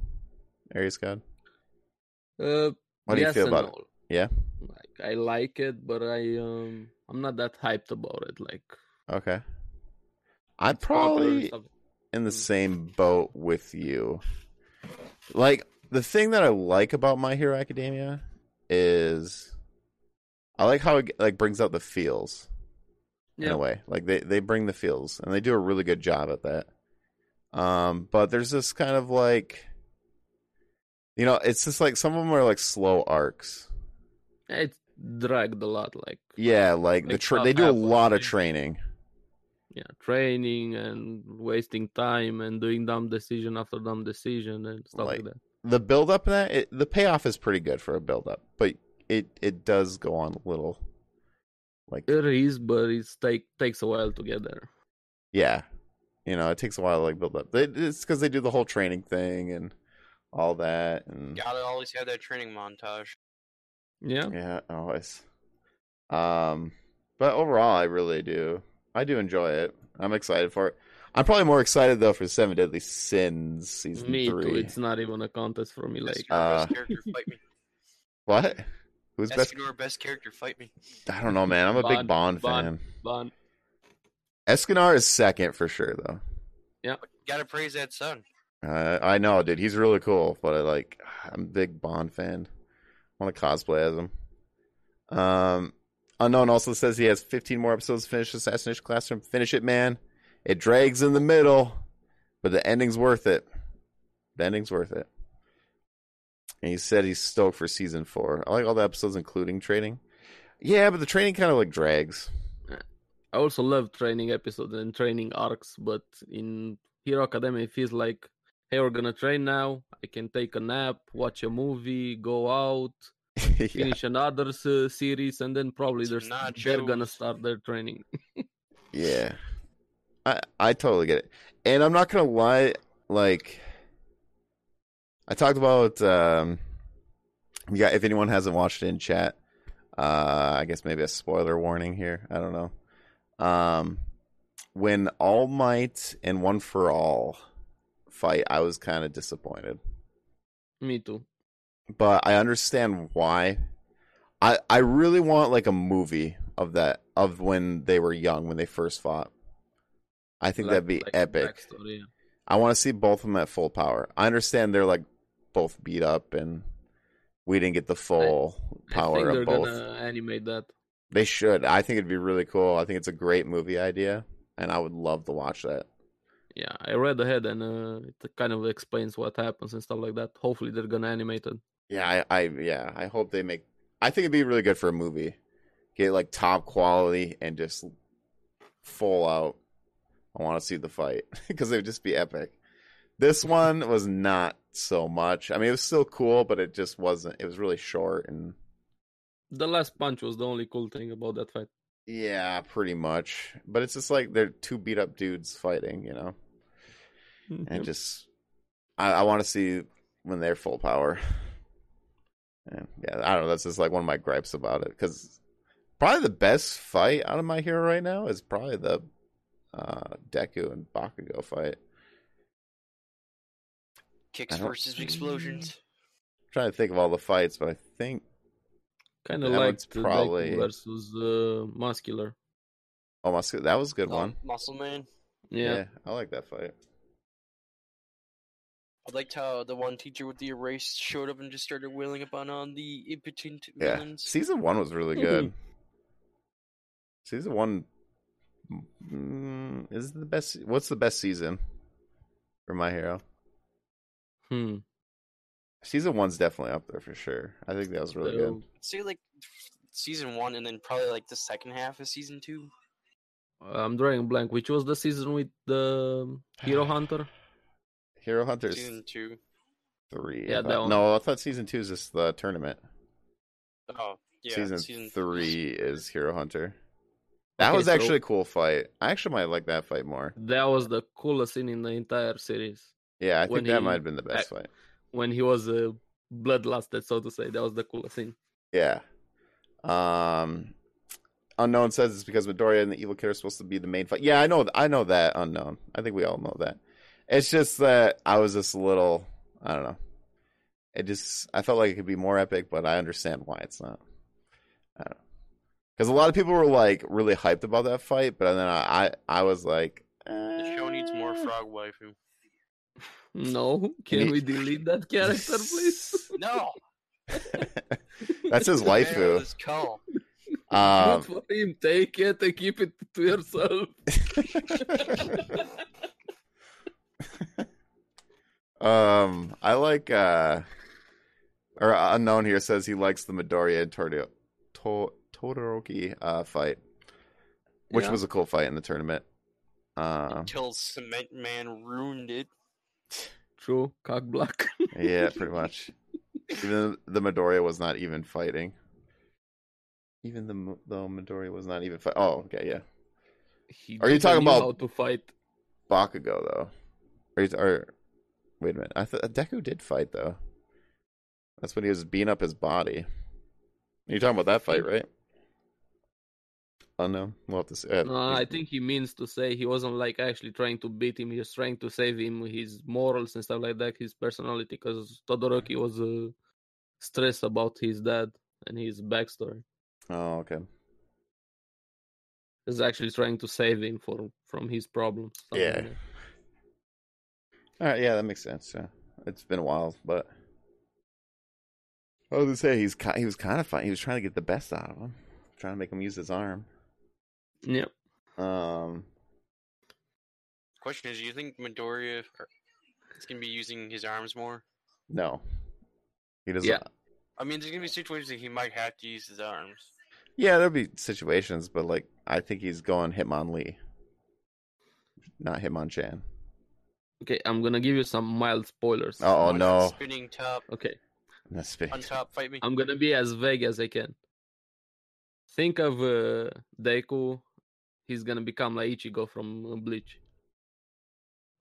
S1: Aries God?
S2: Uh,
S1: What do you
S2: yes
S1: feel
S2: and
S1: about it?
S2: no.
S1: Yeah?
S2: Like I like it, but I um I'm not that hyped about it. Like
S1: Okay. I'm
S2: popular and
S1: probably
S2: stuff.
S1: in the
S2: Mm.
S1: same boat with you. Like the thing that I like about My Hero Academia is I like how it like brings out the feels in
S2: Yeah.
S1: a way. Like they they bring the feels and they do a really good job at that. Um, but there's this kind of like you know, it's just like some of them are like slow arcs.
S2: it's dragged a lot. Like
S1: Yeah, like the
S2: Like,
S1: tra-
S2: stuff
S1: they do a
S2: happens,
S1: lot of
S2: yeah.
S1: training.
S2: yeah, training and wasting time and doing dumb decision after dumb decision and stuff like,
S1: Like,
S2: that.
S1: the build up in that it, the payoff is pretty good for a build up, but it it does go on a little like
S2: It is, but it take takes a while to get there.
S1: yeah, you know, it takes a while to like build up. It, it's because they do the whole training thing and all that, and
S3: Gotta always have that training montage.
S2: Yeah.
S1: yeah, always. Um, but overall, I really do. I do enjoy it. I'm excited for it. I'm probably more excited though for Seven Deadly Sins season
S2: me
S1: three.
S2: too. It's not even a contest for me.
S3: Best
S2: Like
S1: uh,
S3: character, fight me.
S1: What? Who's best?
S3: Escanor, best character, fight me.
S1: I don't know, man. I'm a big Bond
S2: Bond, Bond.
S1: fan.
S2: Bond.
S1: Escanar is second for sure, though.
S3: Gotta praise that son.
S1: Uh, I know, dude. He's really cool, but I like. I'm a big Bond fan. I want to cosplay as him. Um, unknown also says he has 15 more episodes to finish Assassination Classroom. Finish it, man. It drags in the middle, but the ending's worth it. The ending's worth it. And he said he's stoked for season four. I like all the episodes, including training. Yeah, but the training kind of like drags.
S2: I also love training episodes and training arcs, but in Hero Academia, it feels like, hey, we're gonna train now. I can take a nap, watch a movie, go out,
S1: yeah.
S2: finish another s- series, and then probably
S3: Some
S2: they're, s- they're gonna
S3: nachos.
S2: start their training.
S1: Yeah. I I totally get it. And I'm not gonna lie, like I talked about um yeah, if anyone hasn't watched it in chat, uh I guess maybe a spoiler warning here. I don't know. Um when All Might and One for All fight, I was kinda disappointed
S2: me too.
S1: but I understand why. I I really want like a movie of that of when they were young when they first fought. I think
S2: Like-
S1: that'd be
S2: like
S1: epic.
S2: backstory, yeah.
S1: I want to see both of them at full power. I understand they're like both beat up and we didn't get the full
S2: I think
S1: power
S2: they're
S1: of both.
S2: gonna animate that.
S1: They should. I think it'd be really cool. I think it's a great movie idea, and I would love to watch that.
S2: Yeah, I read ahead and uh, it kind of explains what happens and stuff like that. Hopefully, they're gonna animate it.
S1: Yeah, I, I yeah, I hope they make. I think it'd be really good for a movie. Get like top quality and just full out. I want to see the fight because it would just be epic. This one was not so much. I mean, it was still cool, but it just wasn't. It was really short and
S2: The last punch was the only cool thing about that fight.
S1: yeah, pretty much. But it's just like they're two beat up dudes fighting, you know. Hmm. and just I, I want to see when they're full power. And yeah, I don't know. That's just like one of my gripes about it because probably the best fight out of my hero right now is probably the uh, Deku and Bakugo fight. I
S3: Kicks
S1: don't-
S3: versus explosions.
S1: I'm trying to think of all the fights, but I think
S2: Kind of
S1: That
S2: like
S1: one's probably-
S2: versus uh, muscular.
S1: oh my, that was a good
S3: Oh,
S1: one.
S3: Muscle Man.
S2: Yeah.
S1: I like that fight.
S3: I liked how the one teacher with the erase showed up and just started wailing upon on the impotent
S1: Yeah,
S3: villains.
S1: season one was really good. season one mm, is it the best. What's the best season for my hero?
S2: Hmm.
S1: Season one's definitely up there for sure. I think that was really good.
S3: I'd say like f- season one, and then probably like the second half of season two.
S2: So, I'm drawing a blank. Which was the season with the um, Hero Hunter?
S1: Hero Hunters
S3: Season two.
S1: three. I
S2: Yeah, that
S1: thought-
S2: one.
S1: No, I thought season two is just the tournament.
S3: Oh yeah,
S1: season, three is Hero Hunter. That
S2: Okay,
S1: was
S2: so-
S1: actually a cool fight. I actually might like that fight more.
S2: That was the coolest scene in the entire series.
S1: Yeah, I
S2: When
S1: think that
S2: he-
S1: might have been the best fight.
S2: When he was uh, bloodlusted, so to say. That was the coolest scene.
S1: Yeah. Um, unknown says it's because Midoriya and the Evil Kid are supposed to be the main fight. Yeah, I know. I know that unknown. I think we all know that. It's just that I was just a little. I don't know. It just I felt like it could be more epic, but I understand why it's not. I don't know. Because a lot of people were like really hyped about that fight, but then I I, I was like,
S3: The show needs more
S1: "Eh."
S3: frog waifu.
S2: No, can
S1: he-
S2: we delete that character, please?
S3: No,
S1: That's his waifu.
S3: Let's call.
S1: Um,
S2: Good for him. Take it and keep it to yourself.
S1: um, I like uh, or unknown here says he likes the Midoriya and Tordo- to- Todoroki uh fight, which
S2: Yeah.
S1: was a cool fight in the tournament. Uh,
S3: Until Cement Man ruined it.
S2: True, cock block.
S1: yeah, pretty much. Even the Midoriya was not even fighting. Even the M- the Midoriya was not even fighting. Oh, okay, yeah.
S2: He
S1: Are you
S2: didn't
S1: talking
S2: knew
S1: about-
S2: how to fight?
S1: Bakugo though. Or, he's- or wait a minute. I thought Deku did fight though. That's when he was beating up his body. You're talking about that fight, right? Oh no, we'll have to see. uh,
S2: No, I think he means to say he wasn't like actually trying to beat him. He was trying to save him, his morals and stuff like that, his personality. Because Todoroki was uh, stressed about his dad and his backstory.
S1: Oh, okay.
S2: He's actually trying to save him for from his problems. something
S1: Yeah.
S2: like that.
S1: All right, yeah, that makes sense. Yeah. It's been a while, but I was gonna say he's ki- he was kind of fighting. He was trying to get the best out of him, trying to make him use his arm.
S2: yeah.
S1: Um,
S3: Question is, do you think Midoriya or- is going to be using his arms more?
S1: no, he doesn't.
S2: Yeah.
S3: I mean, there's going to be situations that he might have to use his arms.
S1: Yeah, there'll be situations, but like I think he's going Hitmonlee, not Hitmonchan.
S2: Okay, I'm gonna give you some mild spoilers.
S1: Oh
S3: Watch
S1: no,
S3: Spinning top,
S2: Okay,
S1: that's big.
S3: on top, fight me.
S2: I'm gonna be as vague as I can. Think of uh, Deku. He's gonna become like Ichigo from uh, Bleach.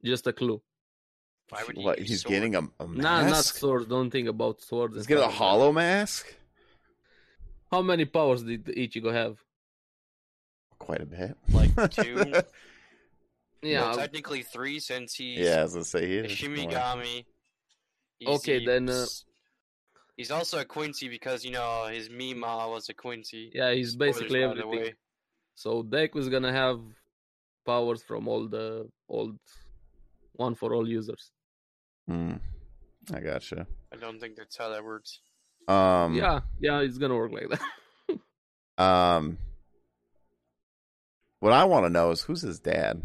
S2: Just a clue.
S3: Why would he
S1: What?
S3: use
S1: He's
S3: sword?
S1: getting a, a
S2: Nah, not
S1: mask.
S2: swords. Don't think about swords. and
S1: he's getting a
S2: stuff like that.
S1: hollow mask.
S2: How many powers did Ichigo have?
S1: Quite a bit.
S3: Like two?
S2: Yeah.
S3: Well, technically three since he's
S1: yeah, I was gonna say he
S3: a
S1: is.
S3: Shimigami. He's
S2: Okay,
S3: the-
S2: then, uh,
S3: he's also a Quincy because you know his Mima was a Quincy.
S2: yeah, he's
S3: Spoilers,
S2: basically
S3: by the
S2: everything.
S3: way.
S2: So Deku is gonna have powers from all the old one for all users.
S1: Mm, I gotcha.
S3: I don't think that's how that works.
S1: Um,
S2: yeah, yeah, it's gonna work like that.
S1: Um, what I want to know is who's his dad.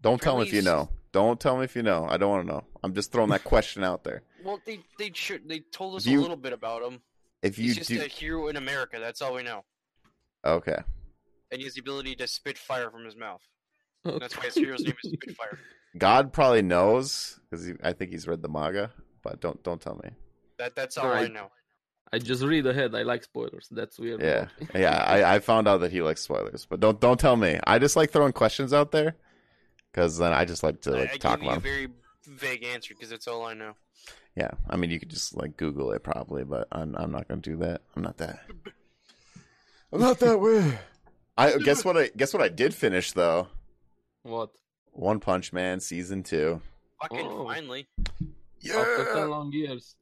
S1: Don't tell me if you know.
S3: Apparently
S1: Don't tell me if you know. I don't want to know. I'm just throwing that question out there.
S3: Well, they they should they told us
S1: If you-
S3: a little bit about him.
S1: If you
S3: He's just
S1: do,
S3: a hero in America. That's all we know.
S1: okay.
S3: And he has the ability to spit fire from his mouth. And that's why his hero's name is Spitfire.
S1: God probably knows because I think he's read the manga, but don't don't tell me.
S3: That that's all I
S2: Alright.
S3: know.
S2: I just read ahead. I like spoilers. That's weird.
S1: Yeah,
S2: about me.
S1: yeah. I, I found out that he likes spoilers, but don't don't tell me. I just like throwing questions out there because then I just like to
S3: I-
S1: like
S3: I,
S1: talk
S3: give you a
S1: about. 'em.
S3: very vague answer because that's all I know.
S1: Yeah, I mean you could just like Google it probably, but I'm I'm not gonna do that. I'm not that. I'm not that way. I guess what I guess what I did finish though.
S2: What?
S1: One Punch Man season two.
S3: Fucking
S2: Oh.
S3: finally.
S2: After
S1: Uh,
S2: ten long years.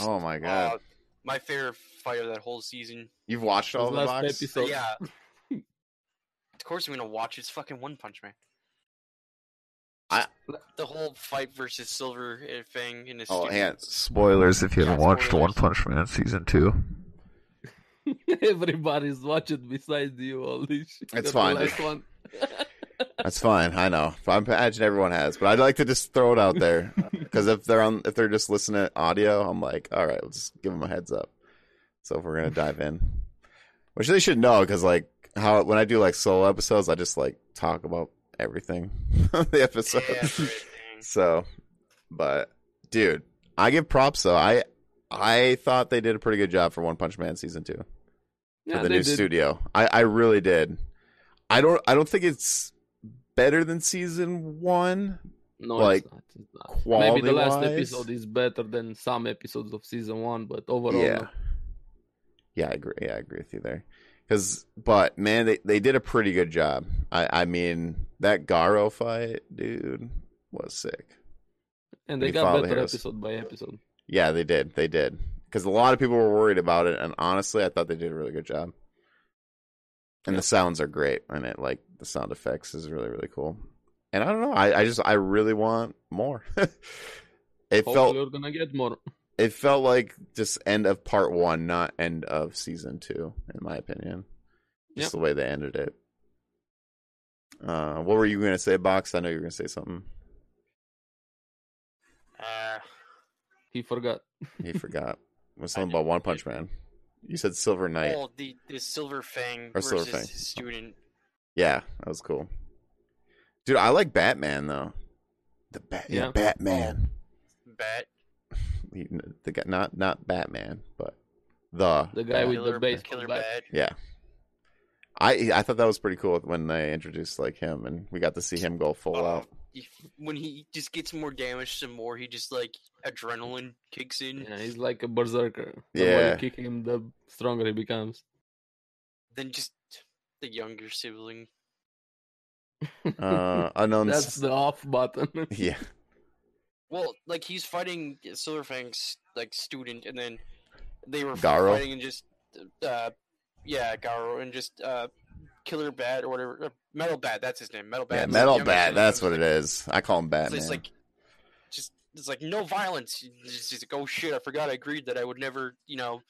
S1: Oh my god,
S3: Uh, my favorite fight of that whole season.
S1: you've watched all
S2: His
S1: the
S2: last
S1: box.
S2: episode. So-
S3: yeah. of course I'm gonna watch it's fucking One Punch Man.
S1: I-
S3: the whole fight versus Silver and Fang in his
S1: Oh,
S3: stupid-
S1: and spoilers if you
S3: Yeah,
S1: haven't watched
S3: spoilers.
S1: One Punch Man season two.
S2: Everybody's watching besides you all this shit.
S1: It's
S2: The
S1: fine.
S2: last one.
S1: That's fine. I know. I imagine everyone has, but I'd like to just throw it out there because if they're on, if they're just listening to audio, I'm like, all right, let's give them a heads up. So if we're gonna dive in, which they should know, because like how when I do like solo episodes, I just like talk about everything on the episode.
S3: Everything.
S1: So, but dude, I give props though. I I thought they did a pretty good job for One Punch Man season two for
S2: Yeah,
S1: the
S2: they
S1: new
S2: did.
S1: studio. I, I really did. I don't I don't think it's better than season one.
S2: No,
S1: like,
S2: it's not. It's not. Maybe the last
S1: quality-wise.
S2: episode is better than some episodes of season one, but overall,
S1: yeah.
S2: no.
S1: Yeah, I agree. Yeah, I agree with you there. Cause, but man, they, they did a pretty good job. I I mean that Garo fight, dude, was sick.
S2: and they
S1: You
S2: got
S1: follow the
S2: better
S1: heroes.
S2: episode by episode.
S1: Yeah, they did. They did. Because a lot of people were worried about it, and honestly, I thought they did a really good job. And the sounds are great, and it like the sound effects is really really cool. And I don't know, I, I just I really want more. it
S2: Hopefully,
S1: felt
S2: we're gonna get more.
S1: it felt like just end of part one, not end of season two, in my opinion. Just
S2: Yep.
S1: the way they ended it. Uh, what were you gonna say, Box? I know you were gonna say something.
S3: Uh,
S2: He forgot.
S1: He forgot. It was
S3: I
S1: something
S3: did-
S1: about One Punch Man. You said Silver Knight.
S3: oh, the, the Silver Fang
S1: Or
S3: versus
S1: Silver Fang.
S3: his student.
S1: Yeah, that was cool. Dude, I like Batman though. The Bat, yeah,
S2: Yeah.
S1: Batman.
S3: Bat
S1: He- The guy, not not Batman, but the
S2: The guy with
S3: killer,
S2: the base
S3: killer
S2: bat.
S3: bat.
S1: yeah. I I thought that was pretty cool when they introduced like him and we got to see him go full
S3: Oh,
S1: out.
S3: he- when he just gets more damage, some more he just like adrenaline kicks in.
S2: Yeah, he's like a berserker. The more
S1: Yeah.
S2: you kick him, the stronger he becomes.
S3: Then just the younger sibling.
S1: Uh, unknown.
S2: That's the off button.
S1: yeah,
S3: Well, like he's fighting Silverfang's like student, and then they were
S1: Garo?
S3: fighting and just uh, yeah, Garo and just uh, Killer Bat or whatever, uh, Metal Bat. That's his name, Metal Bat.
S1: yeah,
S3: It's
S1: metal
S3: the younger
S1: bat.
S3: sibling,
S1: That's
S3: it's
S1: what
S3: like-
S1: it is. I call him
S3: So
S1: Batman.
S3: it's like just it's like no violence. It's just like oh shit, I forgot I agreed that I would never, you know,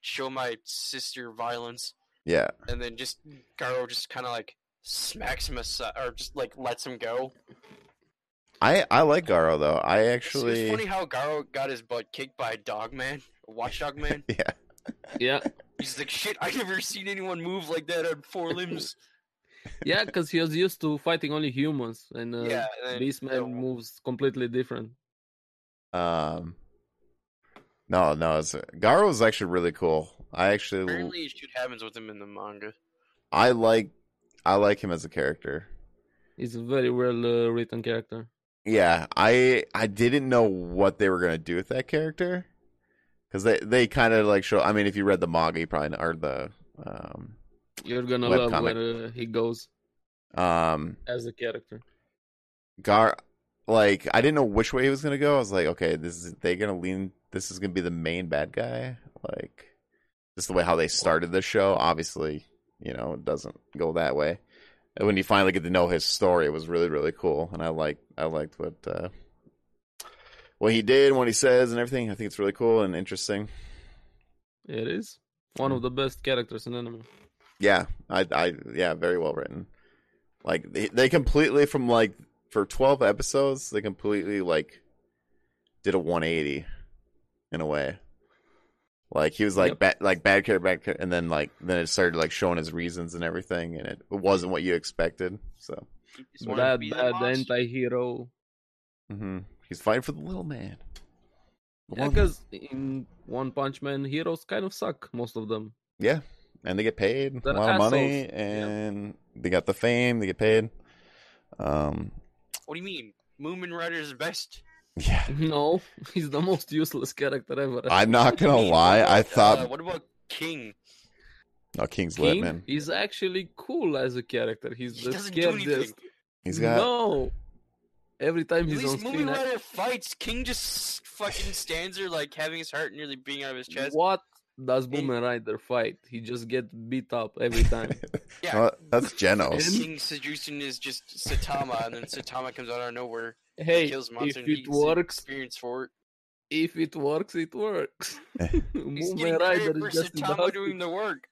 S3: show my sister violence.
S1: yeah,
S3: and then just Garo just kind of like smacks him aside, or just like lets him go.
S1: I I like Garo though. I
S3: It's- it's
S1: actually
S3: funny how Garo got his butt kicked by Dogman, Watchdog Man.
S1: yeah.
S2: yeah,
S3: He's like, shit, I never seen anyone move like that on four limbs.
S2: yeah, because he was used to fighting only humans, and uh,
S3: yeah, and then,
S2: Beastman
S3: yeah.
S2: moves completely different.
S1: Um, no, no, it's, Garo is actually really cool. I actually
S3: apparently shit happens with him in the manga.
S1: I like I like him as a character.
S2: He's a very well uh, written character.
S1: Yeah, I I didn't know what they were gonna do with that character because they they kind of like show. I mean, if you read the manga, you probably know, or the um
S2: You're gonna love
S1: Webcomic.
S2: where uh, he goes
S1: um
S2: as a character.
S1: Gar like I didn't know which way he was gonna go. I was like, okay, this is they gonna lean. This is gonna be the main bad guy. Like just the way how they started the show. Obviously, you know, it doesn't go that way. And when you finally get to know his story, it was really really cool, and I like I liked what uh, what he did, what he says, and everything. I think it's really cool and interesting.
S2: It is one
S1: Hmm.
S2: of the best characters in anime.
S1: Yeah, I, I, yeah, very well written. Like they, they completely from like for twelve episodes, they completely like did a one eighty in a way. Like he was like
S2: Yep.
S1: bad, like bad care, bad care, and then like then it started like showing his reasons and everything, and it, it wasn't what you expected. So
S3: He just wanted to
S2: Bad,
S3: be the
S2: bad
S3: boss.
S2: anti-hero.
S1: hmm he's fighting for the little man. The one-
S2: Because in One Punch Man, heroes kind of suck. Most of them.
S1: yeah, and they get paid a
S2: They're
S1: lot of money,
S2: assholes. Yeah.
S1: and they got the fame, they get paid. Um,
S3: What do you mean? Moomin Rider is best.
S1: yeah.
S2: No, he's the most useless character ever.
S1: I'm not gonna
S3: Mean, what
S1: lie. I
S3: about, Uh,
S1: thought
S3: what about King?
S1: oh, King's lit,
S2: King
S1: man.
S2: is actually cool as a character. He's
S3: He
S2: the
S3: doesn't do anything.
S2: scariest.
S1: He's got
S2: no. Every time
S3: At
S2: he's on
S3: least Moomin
S2: screen, I-
S3: Rider fights. King just fucking stands there like having his heart nearly beating out of his chest.
S2: what does
S3: He-
S2: Boomer Rider fight? He just gets beat up every time.
S1: Oh,
S3: Yeah,
S1: that's Genos.
S2: And-
S3: King seducing is just Satama, and then Satama comes out of nowhere,
S2: hey,
S3: kills
S2: if
S3: monster, and
S2: it
S3: he's in-
S2: works,
S3: experience for it.
S2: if it works, it works.
S3: He's
S2: Boomer
S3: getting credit
S2: Rider
S3: for
S2: is just in the
S3: Satama doing
S2: hospital,
S3: the work.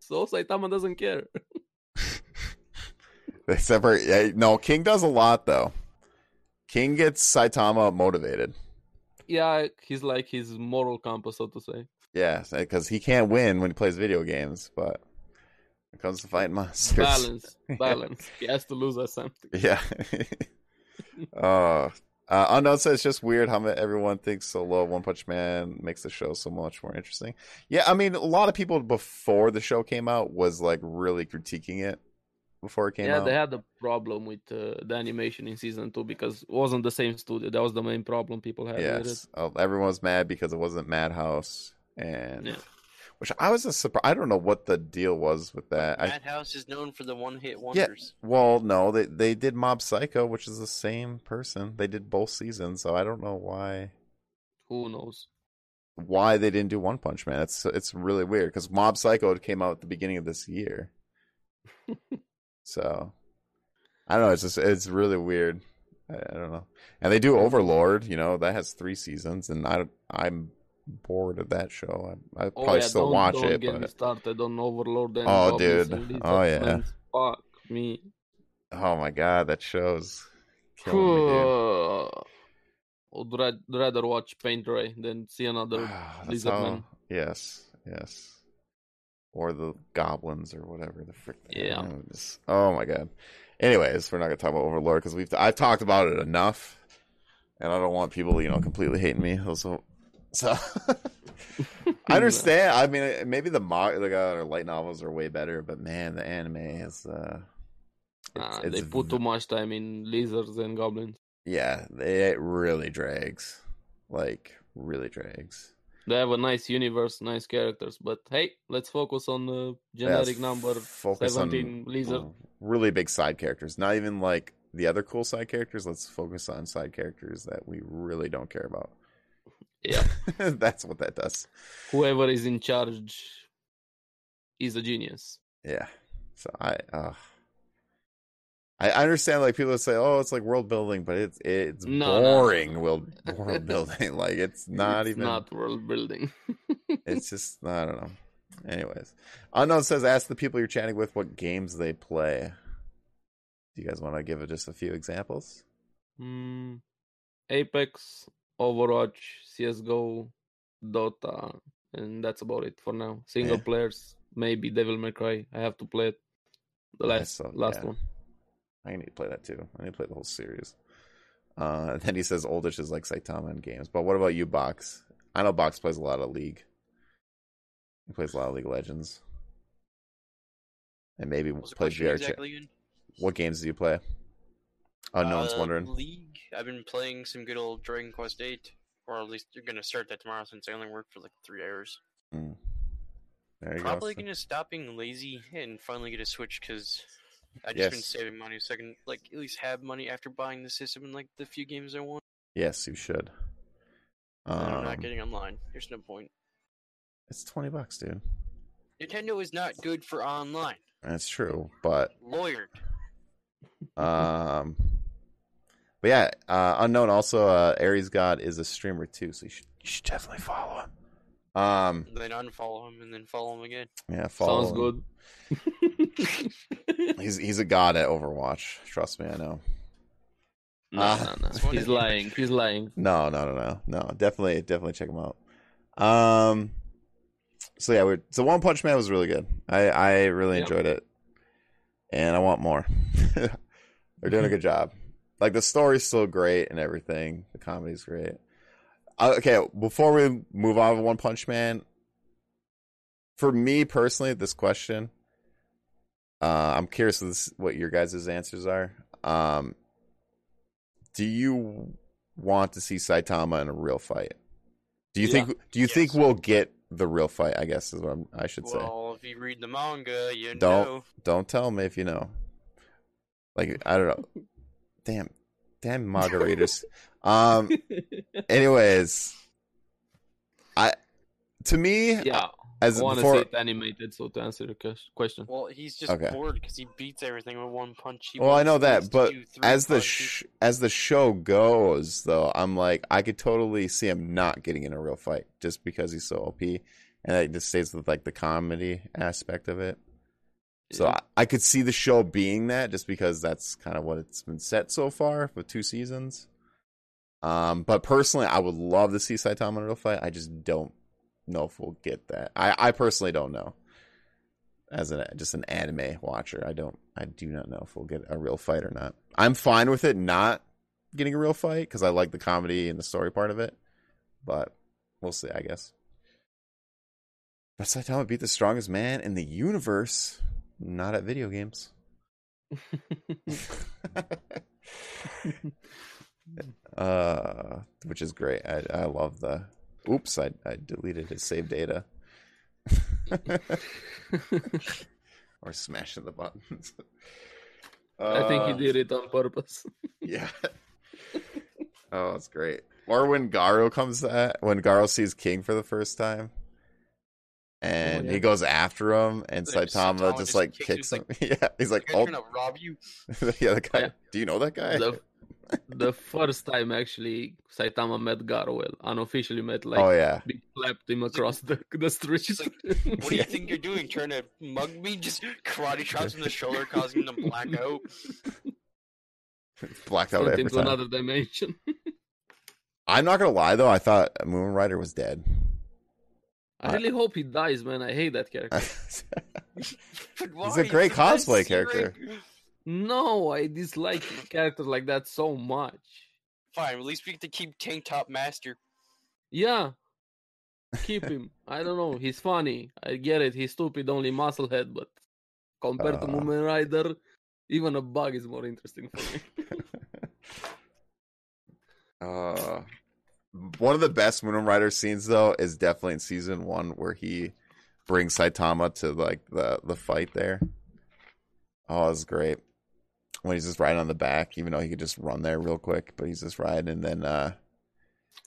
S2: so Saitama doesn't care.
S1: Except for yeah, no, King does a lot though. King gets Saitama motivated.
S2: Yeah, he's like his moral compass, so to say.
S1: Yeah, because he can't win when he plays video games, but when it comes to fighting monsters.
S2: Balance, balance. he has to lose us something.
S1: Yeah. oh. Uh, unknown says it's just weird how mu- everyone thinks so low of One Punch Man makes the show so much more interesting. Yeah, I mean, a lot of people before the show came out was like really critiquing it before it came
S2: yeah,
S1: out.
S2: they had a problem with uh, the animation in season two because it wasn't the same studio. That was the main problem people had with it.
S1: yes, uh, everyone was mad because it wasn't Madhouse, and
S2: Yeah.
S1: which I was a surprise. I don't know what the deal was with that. I,
S3: Madhouse is known for the one-hit wonders.
S1: well, no, they they did Mob Psycho, which is the same person. They did both seasons, so I don't know why.
S2: Who knows?
S1: why they didn't do One Punch Man. It's it's really weird because Mob Psycho came out at the beginning of this year, so I don't know. It's just it's really weird. I, I don't know. And they do Overlord. You know that has three seasons, and I I'm bored of that show. I, I
S2: Oh,
S1: probably
S2: yeah,
S1: still
S2: don't,
S1: watch
S2: don't
S1: it,
S2: get me
S1: but
S2: started on Overlord and
S1: Oh,
S2: Goblins
S1: dude.
S2: and
S1: Oh,
S2: Lizards,
S1: yeah.
S2: man. Fuck me.
S1: oh my god, that show's killing me. Dude.
S2: I'd ra- rather watch Paint Dry than see another.
S1: Ah, that's
S2: Lizard Man.
S1: Yes, yes. Or the goblins or whatever the frick. they are.
S2: Yeah.
S1: I don't know, just- oh my god. Anyways, we're not gonna talk about Overlord because we've I've talked about it enough, and I don't want people you know completely hating me. Also, so I understand. I mean, maybe the mo- like uh, or light novels are way better, but man, the anime is uh,
S2: Nah, Ah, they put too much time in lizards and goblins.
S1: yeah, it really drags, like really drags.
S2: They have a nice universe, nice characters, but hey, let's focus on the
S1: Yeah,
S2: generic number
S1: focus on-
S2: seventeen lizard.
S1: Oh, really big side characters. Not even like the other cool side characters. Let's focus on side characters that we really don't care about.
S2: Yeah.
S1: that's what that does.
S2: Whoever is in charge is a genius.
S1: Yeah. So I uh I I understand like people say, oh, it's like world building, but it's it's
S2: No, no, no,
S1: boring
S2: no.
S1: world world building. like it's not
S2: It's
S1: even
S2: not world building.
S1: it's just I don't know. Anyways. Unknown says ask the people you're chatting with what games they play. Do you guys want to give it just a few examples?
S2: Mm, Apex, Overwatch, CS:GO, Dota, and that's about it for now. Single
S1: Yeah.
S2: players, maybe Devil May Cry. I have to play it. The
S1: Yeah,
S2: last
S1: so,
S2: last
S1: yeah.
S2: one.
S1: I need to play that too. I need to play the whole series. Uh, then he says Oldish is like Saitama in games. But what about you, Box? I know Box plays a lot of League. He plays a lot of League of Legends. And maybe
S3: What's the
S1: plays
S3: question
S1: VR chat.
S3: exactly again?
S1: What games do you play? Unknown's
S3: Uh,
S1: wondering.
S3: League. I've been playing some good old Dragon Quest Eight, or at least you're gonna start that tomorrow since I only work for like three hours.
S1: Mm. There you
S3: Probably
S1: go.
S3: gonna stop being lazy and finally get a Switch because I just been
S1: Yes.
S3: saving money so I can like at least have money after buying the system and like the few games I want.
S1: Yes, you should.
S3: And I'm
S1: Um,
S3: not getting online. There's no point.
S1: It's twenty bucks, dude.
S3: Nintendo is not good for online.
S1: That's true, but
S3: Lawyered.
S2: Mm-hmm.
S1: Um, but yeah, uh, unknown. Also, uh, Aries God is a streamer too, so you should you should definitely follow him. Um,
S3: And then unfollow him and then follow him again.
S1: yeah, follow.
S2: Sounds
S1: him.
S2: good.
S1: He's he's a god at Overwatch. Trust me, I know.
S2: no,
S1: Ah.
S2: no, no. He's lying. He's lying.
S1: No, no, no, no, no. Definitely, definitely check him out. Um, so yeah, we're, so One Punch Man was really good. I I really
S2: Yeah.
S1: enjoyed it, and I want more. They're doing a good job. Like the story's still great and everything. The comedy's great. Uh, okay, before we move on to One Punch Man, for me personally, this question, uh, I'm curious of this, what your guys' answers are. Um, do you want to see Saitama in a real fight? Do you
S2: Yeah.
S1: think? Do you think
S3: Yes.
S1: we'll get the real fight? I guess is what I'm, I should say.
S3: Well, if you read the manga, you
S1: Don't.
S3: know.
S1: Don't tell me if you know. Like I don't know. damn, damn manga readers. Um. Anyways, I to me
S2: yeah,
S1: as
S2: I want to
S1: before
S2: see it animated. So to answer the ques- question,
S3: Well, he's just
S1: Okay.
S3: bored because he beats everything with one punch. He
S1: Well, I
S3: wants
S1: know
S3: at
S1: that,
S3: least
S1: but
S3: two, three
S1: as the
S3: punches.
S1: sh- as the show goes, though, I'm like I could totally see him not getting in a real fight just because he's so OP, and that just stays with like the comedy aspect of it. So
S2: Yeah.
S1: I, I could see the show being that just because that's kind of what it's been set so far with two seasons. Um, but personally, I would love to see Saitama in a real fight. I just don't know if we'll get that. I, I personally don't know. As an just an anime watcher, I don't I do not know if we'll get a real fight or not. I'm fine with it not getting a real fight because I like the comedy and the story part of it, but we'll see. I guess. But Saitama beat the strongest man in the universe, not at video games. uh, which is great. I, I love the. Oops, I, I deleted his save data. or smashing the buttons.
S2: I think
S1: Uh,
S2: he did it on purpose.
S1: Yeah. oh, it's great. Or when Garo comes at when Garo sees King for the first time. And
S2: yeah.
S1: he goes after him, and
S3: Like, just
S1: Saitama
S3: Saitama
S1: just,
S3: just
S1: like kicks
S3: kicks
S1: him.
S3: him,
S1: yeah, he's like,
S3: Like, I'm
S1: oh,
S3: trying to rob you.
S1: yeah, the guy.
S2: Yeah.
S1: Do you know that guy?
S2: the, the first time actually Saitama met Garwell, unofficially met, like
S1: oh yeah,
S2: big slapped him across the the street.
S3: She's like, What do you think you're doing? Trying to mug me? Just karate chops in the shoulder, causing him to black out.
S1: blacked out
S2: Went
S1: every
S2: into
S1: time.
S2: another dimension.
S1: I'm not gonna lie though, I thought Moon Rider was dead.
S2: I
S1: I-
S2: really hope he dies, man. I hate that character.
S3: But why?
S1: a great
S3: the best
S1: cosplay
S3: C-rank-
S1: character.
S2: No, I dislike characters like that so much.
S3: Fine, at least we get to keep Tank Top Master.
S2: Yeah. Keep him. I don't know. He's funny. I get it. He's stupid, only musclehead, but compared to
S1: Uh.
S2: Moomin Rider, even a bug is more interesting for me.
S1: Uh, one of the best Moon Rider scenes though is definitely in season one where he brings Saitama to like the the fight there. Oh, it's great when he's just riding on the back, even though he could just run there real quick, but he's just riding. And then uh,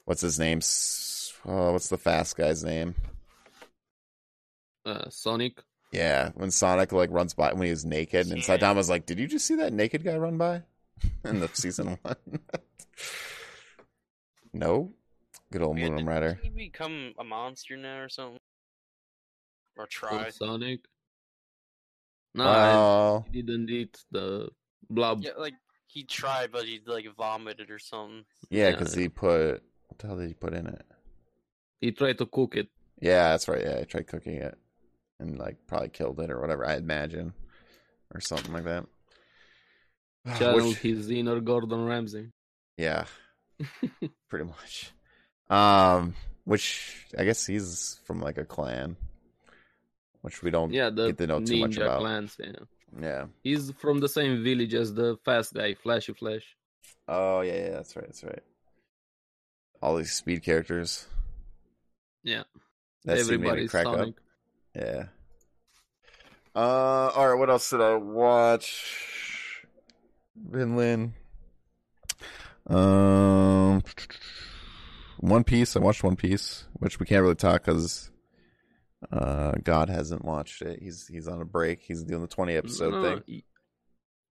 S1: what's his name? S- Oh, what's the fast guy's name?
S2: Uh, Sonic.
S1: Yeah, when Sonic like runs by when he was naked, and
S3: Yeah.
S1: Saitama's like, "Did you just see that naked guy run by?" in the season one. no, good old
S3: Yeah,
S1: Moon
S3: did-
S1: Rider.
S3: Did he become a monster now or something? Or
S2: Poor
S3: try?
S2: Sonic. No,
S1: Oh,
S2: he didn't eat the blob.
S3: Yeah, like he tried, but he like vomited or something.
S1: yeah,
S2: yeah.
S1: because he put what the hell did he put in it?
S2: He tried to cook it.
S1: Yeah, that's right. Yeah, I tried cooking it and like probably killed it or whatever. I imagine or something like that.
S2: Channeled
S1: Ah, Which-
S2: his inner Gordon Ramsay.
S1: yeah, pretty much. Um, which I guess he's from like a clan, which we don't
S2: Yeah, the
S1: Get to know
S2: ninja
S1: too much about.
S2: clans. Yeah.
S1: Yeah.
S2: He's from the same village as the fast guy, Flashy Flash.
S1: Oh yeah, yeah, that's right, that's right. All these speed characters.
S2: Yeah.
S1: That scene made me
S2: Everybody's
S1: crack
S2: Sonic.
S1: up. Yeah. Uh, all right. What else did I watch? Vinland. Um, One Piece. I watched One Piece, which we can't really talk because uh, God hasn't watched it. He's he's on a break. He's doing the twenty episode
S2: No,
S1: thing.
S2: y-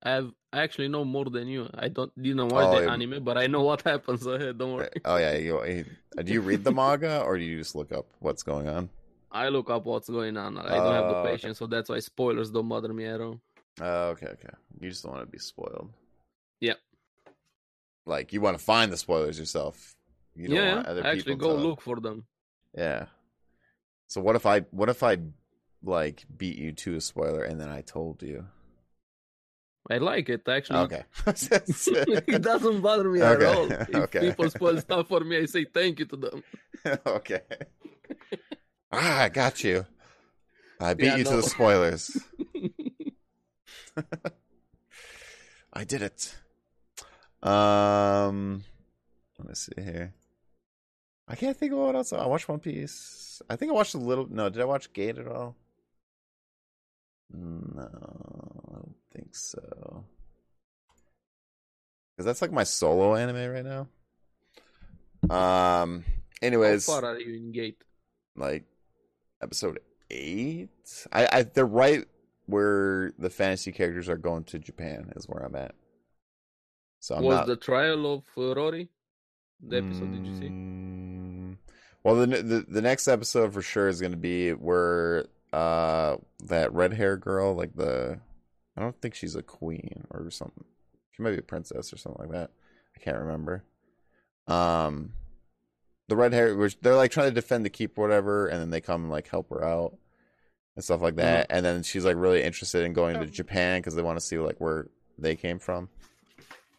S2: I've I actually know more than you. I don't didn't watch
S1: Oh,
S2: the
S1: yeah.
S2: anime, but I know what happens ahead. Don't worry.
S1: Oh yeah. You, you- do you read the manga or do you just look up what's going on?
S2: I look up what's going on. I don't have
S1: Oh,
S2: the
S1: okay.
S2: patience, so that's why spoilers don't bother me at all.
S1: Oh, okay, okay. You just don't want to be spoiled.
S2: Yeah.
S1: Like you want to find the spoilers yourself. You don't
S2: yeah,
S1: want other
S2: I actually
S1: people
S2: go
S1: to-
S2: look for them.
S1: Yeah. So what if I what if I like beat you to a spoiler and then I told you?
S2: I like it actually.
S1: Okay.
S2: it doesn't bother me
S1: Okay,
S2: at all. If
S1: okay.
S2: people spoil stuff for me, I say thank you to them.
S1: okay. Ah, I got you. I beat
S2: Yeah,
S1: you to
S2: no.
S1: the spoilers. I did it. Um, let me see here. I can't think of what else. I watched One Piece. I think I watched a little. No, did I watch Gate at all? No, I don't think so. Because that's like my solo anime right now. Um. Anyways,
S2: How far are you in gate?
S1: like episode eight. I, I they're right where the fantasy characters are going to Japan is where I'm at. So I'm
S2: was
S1: not.
S2: the trial of uh, Rory? The episode did you see?
S1: Mm, Well, the, the the next episode for sure is going to be where uh that red hair girl, like the, I don't think she's a queen or something. She might be a princess or something like that. I can't remember. Um, the red hair, which they're like trying to defend the keep, or whatever, and then they come and like help her out and stuff like that.
S2: Mm-hmm.
S1: And then she's like really interested in
S2: Oh.
S1: going to
S3: Um.
S1: Japan because they want to see like where they came from.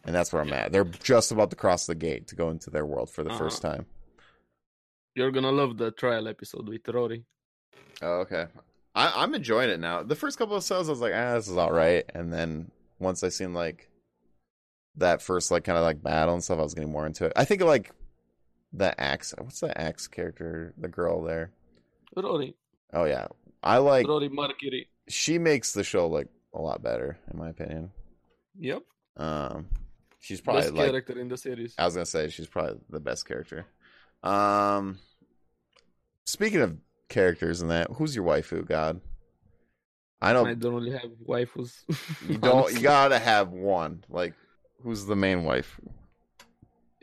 S1: And that's where I'm at. They're just about to cross the gate to go into their world for the
S2: Uh-huh.
S1: first time.
S2: You're gonna love the trial episode with Rory.
S1: Oh, okay. I, I'm enjoying it now. The first couple of shows, I was like, ah, this is all right. And then once I seen like that first like kind of like battle and stuff, I was getting more into it. I think like the axe. What's the axe character? The girl there.
S2: Rory,
S1: Oh yeah, I like.
S2: Rory Mercury.
S1: She makes the show like a lot better, in my opinion.
S2: Yep,
S1: Um, she's probably
S2: best
S1: like
S2: character in the series.
S1: I was gonna say she's probably the best character. Um, speaking of characters and that, who's your waifu? God, I know
S2: I don't really have waifus.
S1: you don't. You
S2: honestly.
S1: gotta have one. Like, who's the main wife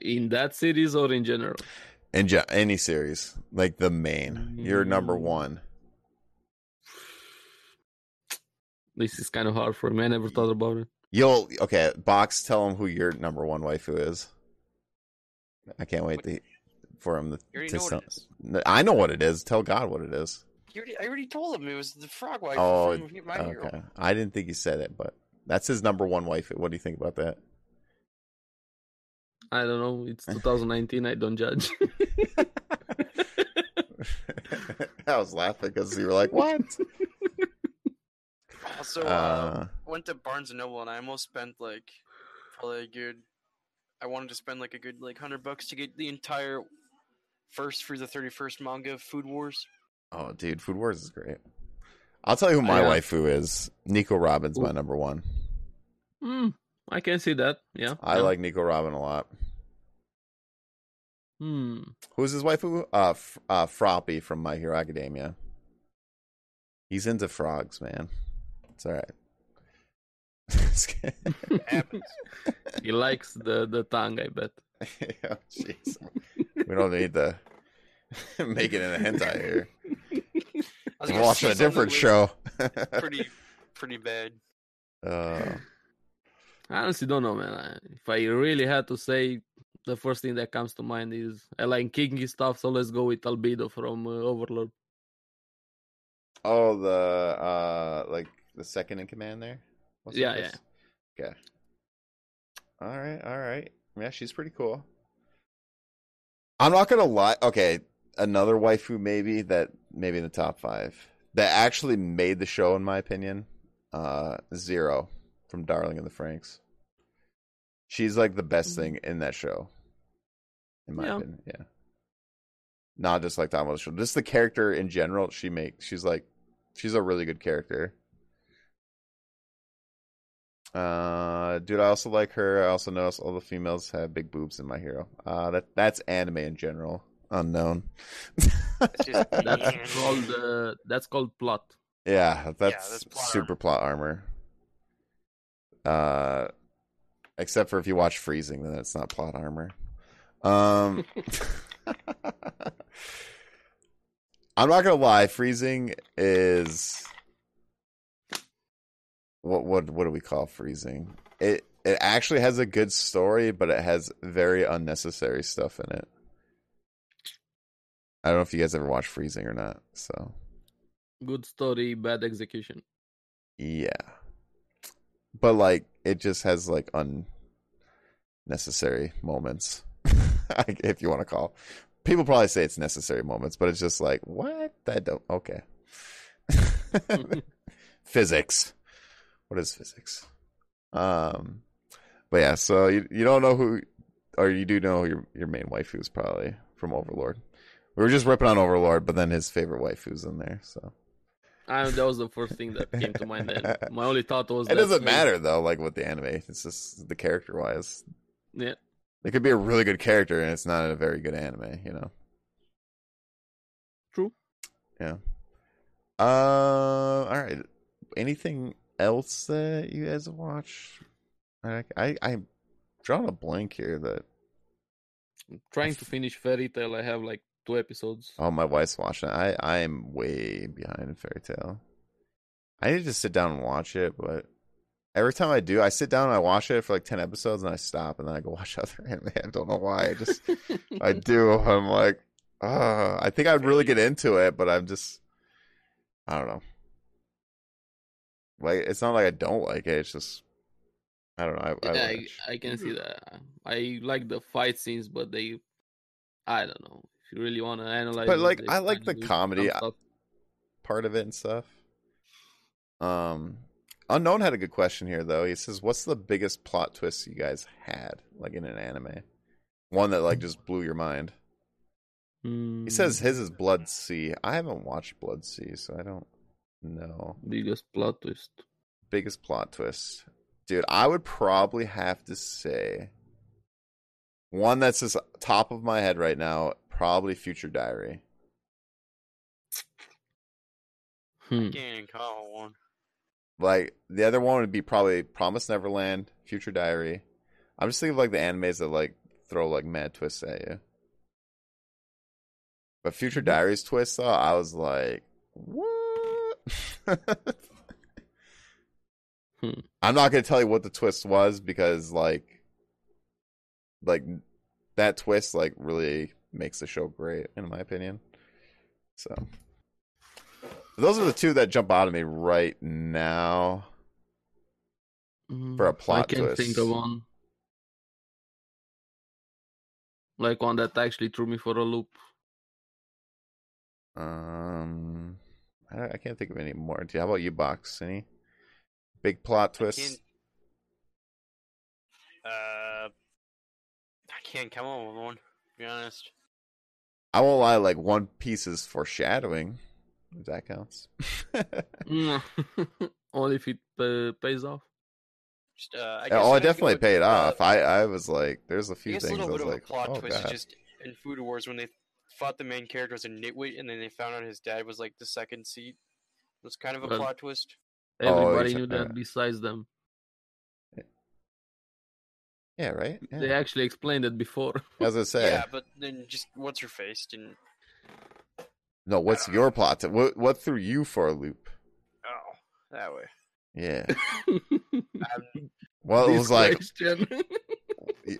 S2: in that series or in general?
S1: in ge- any series? Like the main, you're number
S2: Mm.
S1: one.
S2: This is kind of hard for me. I never thought about it.
S1: You'll okay. Box, tell him who your number one waifu is. I can't wait to, for him to.
S3: You already
S1: to
S3: know what
S1: sell-
S3: it is.
S1: I know what it is. Tell God what it is.
S3: You already, I already told him it was the frog wife
S1: Oh,
S3: from My Hero.
S1: okay. I didn't think you said it, but That's his number one wife. What do you think about that?
S2: I don't know. It's 2019. I don't judge.
S1: I was laughing because you were like, "What?"
S3: Also, uh,
S1: Uh,
S3: went to Barnes and Noble and I almost spent like probably a good. I wanted to spend like a good like hundred bucks to get the entire first through the thirty first manga of Food Wars.
S1: oh, dude, Food Wars is great. I'll tell you who my
S2: Yeah.
S1: waifu is. Nico Robin's my number one.
S2: Hmm. I can see that. Yeah.
S1: I
S2: yeah.
S1: like Nico Robin a lot.
S2: Hmm.
S1: Who's his waifu? Uh, F- uh, Froppy from My Hero Academia. He's into frogs, man. It's all right. Just kidding.
S3: Happens.
S2: he likes the the tongue. I bet.
S1: oh, jeez. we don't need to make it in a hentai here.
S3: I was
S1: We're
S3: gonna
S1: watching a
S3: say
S1: different
S3: something
S1: show.
S3: really Pretty, pretty bad.
S1: uh,
S2: I honestly don't know, man. I, if I really had to say, the first thing that comes to mind is I like kinky stuff, so let's go with Albedo from uh, Overlord.
S1: oh, the uh, like the second in command there. her
S2: Yeah,
S1: first? Okay. All right, all right. Yeah, she's pretty cool. I'm not gonna lie. Okay, another waifu maybe that maybe in the top five that actually made the show in my opinion. Uh, Zero from Darling in the Franks. She's like the best thing in that show, in my
S2: Yeah.
S1: opinion. Yeah. Not just like Tom show, just the character in general. She makes. She's like, she's a really good character. Uh, dude, I also like her. I also notice all the females have big boobs in my hero. Uh, that that's anime in general. Unknown.
S3: just-
S2: That's called uh, that's called plot.
S1: Yeah, that's,
S3: that's plot
S1: super plot armor. Uh, except for if you watch Freezing, then it's not plot armor. Um, I'm not gonna lie, Freezing is what what what do we call Freezing? It it actually has a good story, but it has very unnecessary stuff in it. I don't know if you guys ever watched Freezing or not, so.
S2: Good story, bad execution.
S1: Yeah. But like it just has like unnecessary moments. like, if you want to call. People probably say it's necessary moments, but it's just like, what? That don't okay. physics. What is physics? Um but yeah, so you you don't know who or you do know who your your main waifu is probably from Overlord. We were just ripping on Overlord, but then his favorite waifu's in there, so
S2: I, that was the first thing that came to mind. Then. My only thought was
S1: It
S2: that's
S1: doesn't
S2: me.
S1: matter though, like with the anime. It's just the character wise.
S2: Yeah.
S1: It could be a really good character and it's not a very good anime, you know.
S2: True.
S1: Uh all right. Anything else that you guys have watched? I I I'm drawing a blank here that
S2: I'm trying to finish Fairy Tale. I have like two episodes.
S1: oh my wife's watching. I I'm way behind in Fairy Tale. I need to sit down and watch it, but every time I do, I sit down and I watch it for like ten episodes and I stop and then I go watch other anime. I don't know why. I just I do. I'm like, uh, I think I'd really get into it, but I'm just, I don't know. Like, it's not like I don't like it. It's just, I don't know. I, I,
S2: yeah,
S1: wish.
S2: I, I can see that. I like the fight scenes, but they, I don't know. If you really want to analyze,
S1: But,
S2: it,
S1: like,
S2: they
S1: I like the
S2: kinda do some
S1: comedy.
S2: stuff.
S1: part of it and stuff. Um, unknown had a good question here though. He says, "What's the biggest plot twist you guys had like in an anime? One that like just blew your mind." He
S2: Mm,
S1: says his is Blood Sea. I haven't watched Blood Sea, so I don't know.
S2: biggest plot twist.
S1: biggest plot twist dude i would probably have to say one that's just top of my head right now probably future diary
S2: Hmm.
S3: Can't call one.
S1: like the other one would be probably promise neverland future diary i'm just thinking of like the animes that like throw like mad twists at you but future diary's twist though i was like what
S2: Hmm.
S1: i'm not gonna tell you what the twist was because like like that twist like really makes the show great in my opinion so those are the two that jump out at me right now
S2: Mm,
S1: For a plot
S2: I can't think of
S1: twist.
S2: one. Like one that actually threw me for a loop.
S1: Um, I, I can't think of any more. Do- How about you, Box? Any big plot twists?
S3: can't- Uh, I can't come up with one. To be honest,
S1: I won't lie. Like One Piece's foreshadowing, if that counts.
S2: Mm. Only if it uh, pays off.
S3: just uh, I guess
S1: oh,
S3: I
S1: it definitely paid
S3: uh,
S1: off. I, I was like, there's a
S3: I
S1: few
S3: guess a
S1: things I
S3: little
S1: was
S3: bit of
S1: like,
S3: a plot
S1: oh
S3: twist is
S1: god,
S3: just in Food Wars when they fought the main character was a nitwit, and then they found out his dad was like the second seat. It was kind of a
S2: Well,
S3: plot twist.
S1: Oh,
S2: Everybody
S1: it's-
S2: knew
S1: uh,
S2: that besides them.
S1: yeah, right. Yeah.
S2: They actually explained it before.
S1: As I say,
S3: Yeah, but then just what's her face and
S1: no. What's your plot? To, what what threw you for a loop?
S3: oh that way.
S1: Yeah.
S3: Um,
S1: Well, it
S2: This
S1: was like,
S2: question.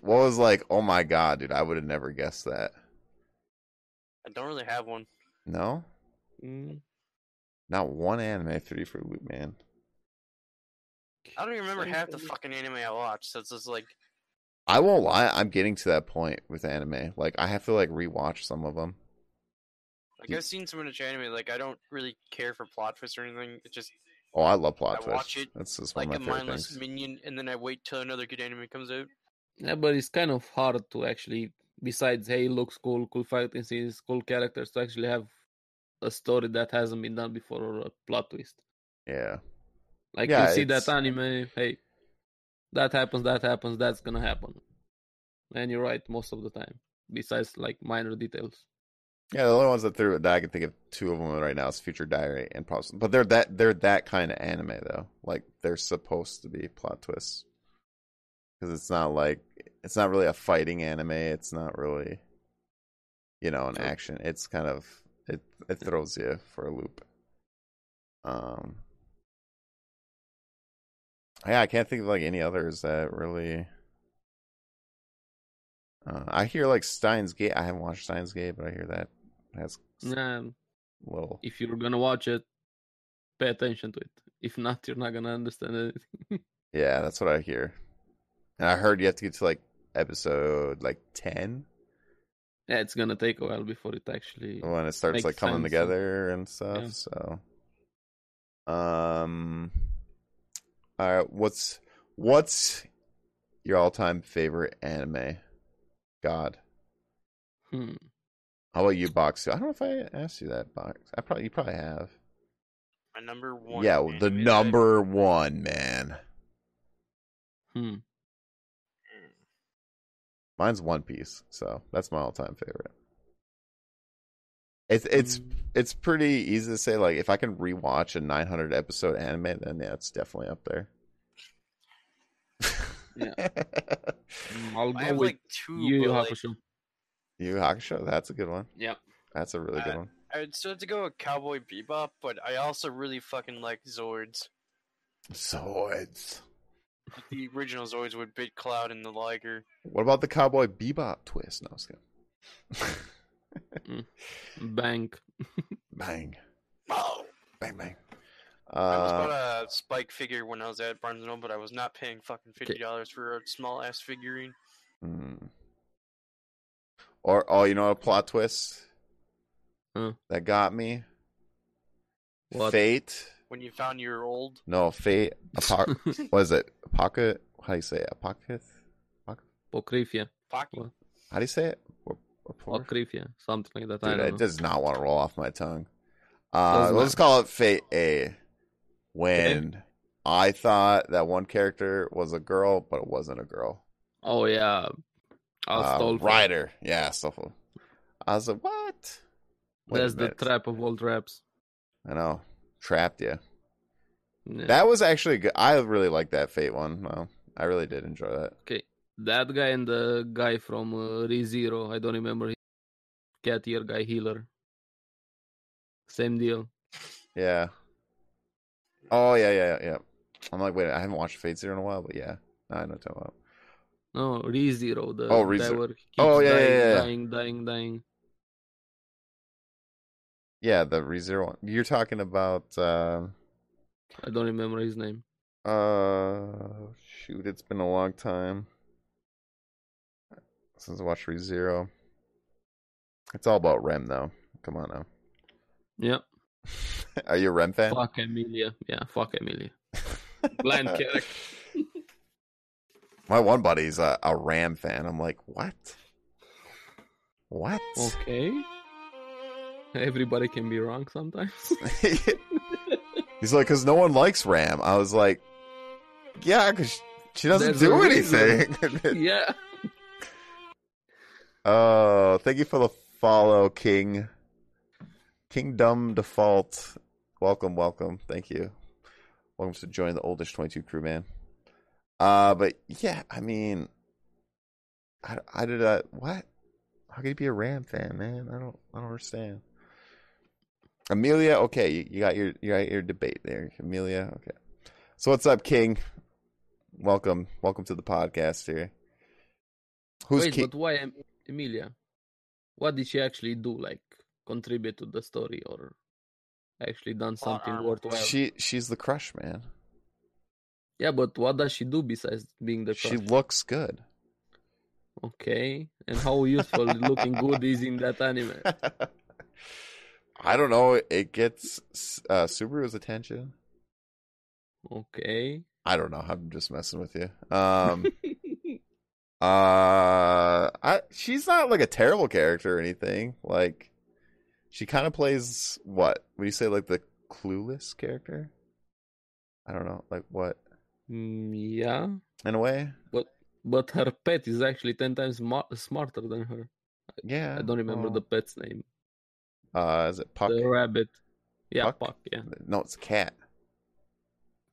S1: what was like? Oh my god, dude! I would have never guessed that.
S3: I don't really have one.
S1: No,
S2: Mm.
S1: not one anime three for a loop, man.
S3: I don't even remember half the
S2: Something.
S3: fucking anime I watched. So it's just like
S1: I won't lie, I'm getting to that point with anime. Like I have to like rewatch some of them.
S3: like
S1: Do-
S3: I've seen so much anime. Like I don't really care for plot twists or anything. It just
S1: Oh, I love plot
S3: I
S1: twists.
S3: watch it
S1: That's just
S3: like
S1: one of
S3: a
S1: my favorite
S3: mindless
S1: things.
S3: minion, and then I wait till another good anime comes out.
S2: Yeah, but it's kind of hard to actually, besides, hey, looks cool, cool fighting scenes, cool characters, to actually have a story that hasn't been done before or a plot twist.
S1: yeah.
S2: Like,
S1: Yeah,
S2: you see
S1: it's-
S2: that anime, hey, that happens, that happens, that's gonna happen. And you're right most of the time, besides like minor details.
S1: Yeah, the only ones that threw it that I can think of two of them right now is Future Diary and Props. But they're that they're that kind of anime though. Like they're supposed to be plot twists. Cuz it's not like it's not really a fighting anime. It's not really you know, an
S2: True.
S1: action. It's kind of it it throws you for a loop. Um Yeah, I can't think of like any others that really uh, I hear like Steins Gate. I haven't watched Steins Gate, but I hear that has
S2: Yeah,
S1: little.
S2: if you're gonna watch it, pay attention to it. If not, you're not gonna understand anything.
S1: Yeah, that's what I hear. And I heard you have to get to like episode like ten
S2: Yeah, it's gonna take a while before it actually.
S1: when it starts
S2: Makes
S1: like coming
S2: sense.
S1: together and stuff.
S2: Yeah.
S1: So, um, all right, what's what's your all-time favorite anime? God,
S2: Hmm.
S1: how about you, Box? I don't know if I asked you that, Box. I probably you probably have.
S3: My number one.
S1: yeah, the
S3: anime that-
S1: number one man. Mm.
S2: Hmm.
S1: Mine's One Piece, so that's my all-time favorite. It's it's
S2: Mm.
S1: it's pretty easy to say. Like, if I can rewatch a 900 episode anime, then yeah, it's definitely up there. yeah.
S2: I'll
S3: I
S2: go
S3: have
S2: with
S3: like two.
S2: Yu Yu
S3: but, like,
S2: Hakusho.
S1: Yu Yu Hakusho, that's a good one.
S2: Yeah.
S1: That's a really good one.
S3: I would still have to go with Cowboy Bebop, but I also really fucking like Zords.
S1: Swords.
S3: Like, The original Zords with Big Cloud and the Liger.
S1: What about the Cowboy Bebop twist? No, I was kidding.
S2: Bank.
S1: bang,
S3: Oh.
S1: bang, bang.
S3: I almost
S1: Uh,
S3: bought a Spike figure when I was at Barnes and Noble, but I was not paying fucking fifty dollars for a small ass figurine.
S1: hmm. Or oh, you know, a plot twist
S2: Huh.
S1: that got me.
S2: What?
S1: Fate.
S3: When you found you were old,
S1: No, Fate. Apoc- what is it? Apoca. How do you say it? Apocalypse?
S2: Apocryphia.
S3: fuck.
S2: What?
S1: How do you say it? Ap- Apor-
S2: Apocryphia. Something like that. I
S1: Dude,
S2: don't
S1: it
S2: know.
S1: does not want to roll off my tongue. Uh,
S2: Doesn't
S1: let's call it Fate A. When I thought that one character was a girl, but it wasn't a girl.
S2: Oh, yeah.
S1: Uh,
S2: Astolfo.
S1: Ryder. Yeah, Astolfo. I was like, what? Wait a
S2: That's the
S1: minute.
S2: trap of all traps.
S1: I know. Trapped you.
S2: Yeah.
S1: That was actually good. I really liked that Fate one. Well, I really did enjoy that.
S2: That guy and the guy from uh, ReZero, I don't remember his cat ear guy healer. Same deal.
S1: Yeah. Oh yeah, yeah, yeah. I'm like, wait, I haven't watched Fate Zero in a while, but yeah, I know what you're talking about.
S2: No, ReZero. The
S1: Oh,
S2: guy
S1: ReZero.
S2: where he keeps
S1: Oh, yeah,
S2: dying,
S1: yeah, yeah.
S2: dying, dying, dying.
S1: Yeah, the ReZero one. You're talking about. um
S2: I don't remember his name.
S1: Uh, shoot, it's been a long time since I watched ReZero. It's all about Rem, though. Come on now.
S2: Yep.
S1: Are you a Rem fan?
S2: Fuck Emilia. Yeah, fuck Emilia. Blind character.
S1: My one buddy's a, a Ram fan. I'm like, what? What?
S2: Okay. Everybody can be wrong sometimes.
S1: He's like, because no one likes Ram. I was like, yeah, because she doesn't
S2: There's
S1: do
S2: a reason.
S1: anything.
S2: yeah.
S1: Oh, thank you for the follow, King. Kingdom Default. Welcome, welcome. Thank you. Welcome to join the oldest 22 crew, man. Uh, but yeah, I mean, I, I did I what? How could you be a Ram fan, man? I don't, I don't understand. Amelia, okay, you, you got your, you got your debate there, Amelia. Okay, so what's up, King? Welcome, welcome to the podcast here. Who's
S2: Wait,
S1: King?
S2: but why Em- Emilia? What did she actually do? Like contribute to the story or actually done something
S3: Uh,
S2: worthwhile?
S1: She she's the crush, man.
S2: Yeah, but what does she do besides being the
S1: She
S2: crush?
S1: looks good.
S2: Okay, and how useful looking good is in that anime?
S1: I don't know. It gets uh, Subaru's attention.
S2: Okay.
S1: I don't know. I'm just messing with you. Um, uh, I she's not like a terrible character or anything. Like, she kind of plays what? Would you say like the clueless character? I don't know. Like what?
S2: Mm, yeah,
S1: In a way,
S2: but her pet is actually ten times mar- smarter than her.
S1: yeah.
S2: I don't remember
S1: well,
S2: the pet's name.
S1: Uh, is it Uh, Puck?
S2: The rabbit. Yeah,
S1: Puck?
S2: Puck. Yeah,
S1: No, it's a cat.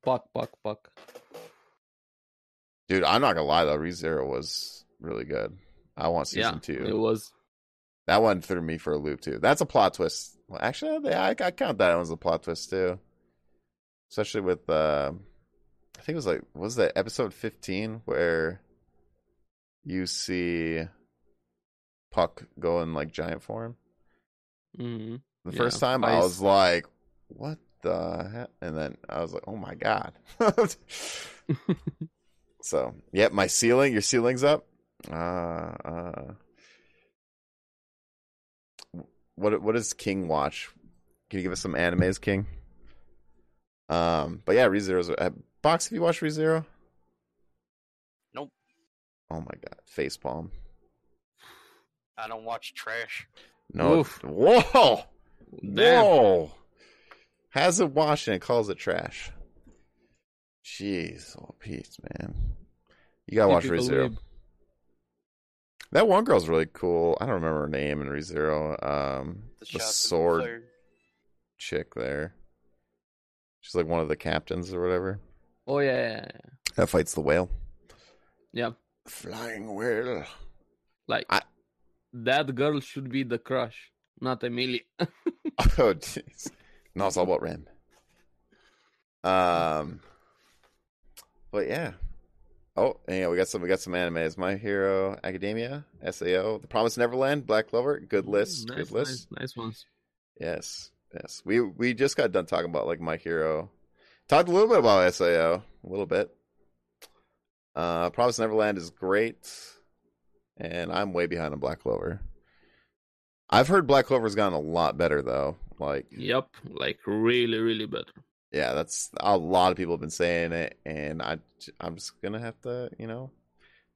S2: Puck. Puck. Puck.
S1: Dude, I'm not gonna lie though, ReZero was really good. I want season
S2: yeah,
S1: two.
S2: it was.
S1: That one threw me for a loop too. That's a plot twist. Well, actually, they- I, I count that one as a plot twist too. Especially with, uh, I think it was like, what was that episode 15 where you see Puck go in like giant form?
S2: Mhm.
S1: The
S2: Yeah,
S1: first time I
S2: I s-
S1: was like, what the heck? And then I was like, oh my god. so, yep, my ceiling, your ceiling's up. Uh, uh, what what does King watch? Can you give us some animes, King? Um, but yeah, ReZero's uh, box. Have you watched ReZero?
S3: Nope.
S1: Oh my god, facepalm.
S3: I don't watch trash.
S1: No.
S2: Oof.
S1: Whoa.
S2: Damn.
S1: Whoa! Has it washed and calls it trash. Jeez, oh peace, man. You gotta watch
S2: Typical
S1: ReZero.
S2: weeb.
S1: That one girl's really cool. I don't remember her name in ReZero. Um, the,
S3: shots and
S1: sword
S3: fire.
S1: chick there. She's like one of the captains or whatever
S2: Oh yeah, yeah, yeah.
S1: that fights the whale.
S2: Yeah.
S1: Flying whale.
S2: Like
S1: I-
S2: that girl should be the crush, not Emilia.
S1: Oh jeez. No, it's all about Ren. Um But yeah. Oh, and yeah, we got some we got some animes. My Hero Academia, SAO, The Promised Neverland, Black Clover, good list,
S2: nice,
S1: good list.
S2: Nice, nice ones.
S1: Yes. Yes. We we just got done talking about like My Hero. Talked a little bit about SAO, a little bit. Uh Promised Neverland is great. And I'm way behind on Black Clover. I've heard Black Clover's gotten a lot better though. Like
S2: Yep, like really, really better.
S1: yeah, that's a lot of people have been saying it, and I I'm just gonna have to you know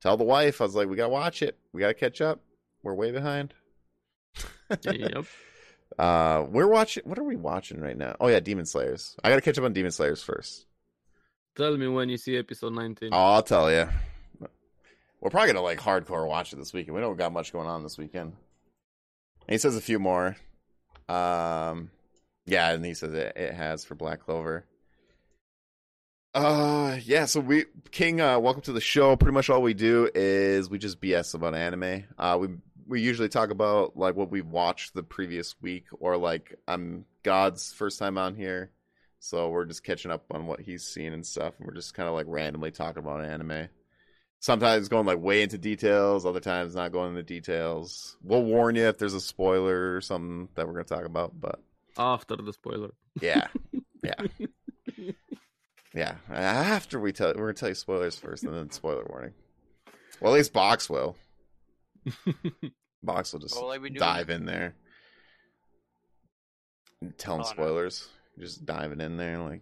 S1: tell the wife. I was like, we gotta watch it, we gotta catch up. We're way behind.
S2: yep.
S1: Uh, we're watching. What are we watching right now? Oh yeah, Demon Slayers. I gotta catch up on Demon Slayers first.
S2: Tell me when you see episode 19.
S1: Oh, I'll tell you. We're probably gonna like hardcore watch it this weekend. We don't got much going on this weekend. And he says a few more. Um, yeah, and he says it, it has for Black Clover. Uh, yeah. So we King, uh, welcome to the show. Pretty much all we do is we just BS about anime. Uh, we we usually talk about like what we watched the previous week or like I'm God's first time on here. So we're just catching up on what he's seen and stuff, and we're just kind of like randomly talking about anime. Sometimes going like way into details, other times not going into details. We'll warn you if there's a spoiler or something that we're gonna talk about, but
S2: After the spoiler.
S1: yeah, yeah. Yeah, after we tell, we're gonna tell you spoilers first, and then spoiler warning. Well, at least Box will. Box will just
S3: Well, like we do-
S1: dive in there. And tell him
S3: Oh, no.
S1: spoilers. Just diving in there, like,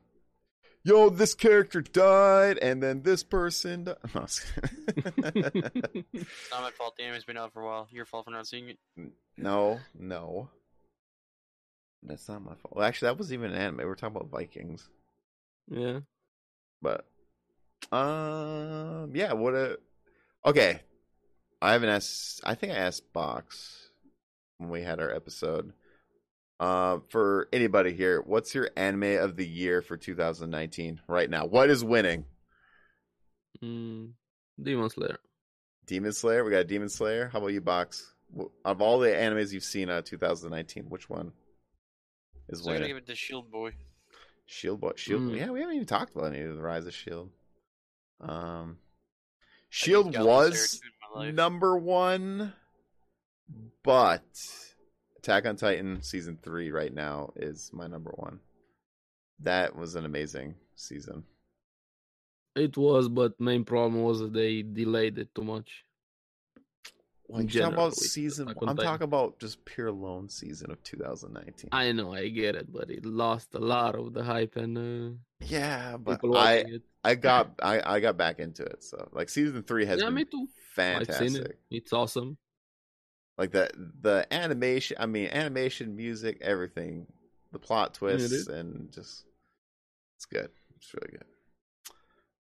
S1: yo, this character died, and then this person. Di-. No, I'm just kidding.
S3: It's not my fault. The anime's been out for a while. Your fault for not seeing it.
S1: no, no. That's not my fault. Well, actually, that was even an anime. We We're talking about Vikings,
S2: yeah.
S1: but um, yeah. What a okay. I haven't asked. I think I asked Box when we had our episode. Uh, for anybody here, what's your anime of the year for 2019 right now? What is winning?
S2: Mm, Demon Slayer.
S1: Demon Slayer. We got Demon Slayer. How about you, Box? Wh- Of all the animes you've seen out of 2019, which one is
S3: So I'm gonna
S1: winning?
S3: give it to Shield E Boy.
S1: Shield Boy. Shield.
S2: Mm.
S1: Yeah, we haven't even talked about any of the Rise of Shield. Um,
S3: I
S1: Shield
S3: need Goblin
S1: E was
S3: Slayer two in my life.
S1: number one, but Attack on Titan season three right now is my number one. That was an amazing season.
S2: It was, but main problem was that they delayed it too much.
S1: Well,
S2: In
S1: you're talking
S2: general,
S1: about
S2: with
S1: season.
S2: Attack on
S1: I'm
S2: Titan.
S1: talking about just pure lone season of 2019.
S2: I know, I get it, but it lost a lot of the hype and
S1: yeah,
S2: uh,
S1: but
S2: people
S1: I
S2: watching it.
S1: I got I, I got back into it. So like season three has
S2: Yeah,
S1: been
S2: me too. I've
S1: fantastic.
S2: seen it. It's awesome.
S1: Like the the animation. I mean, animation, music, everything, the plot twists,
S2: is.
S1: and just it's good. It's really good.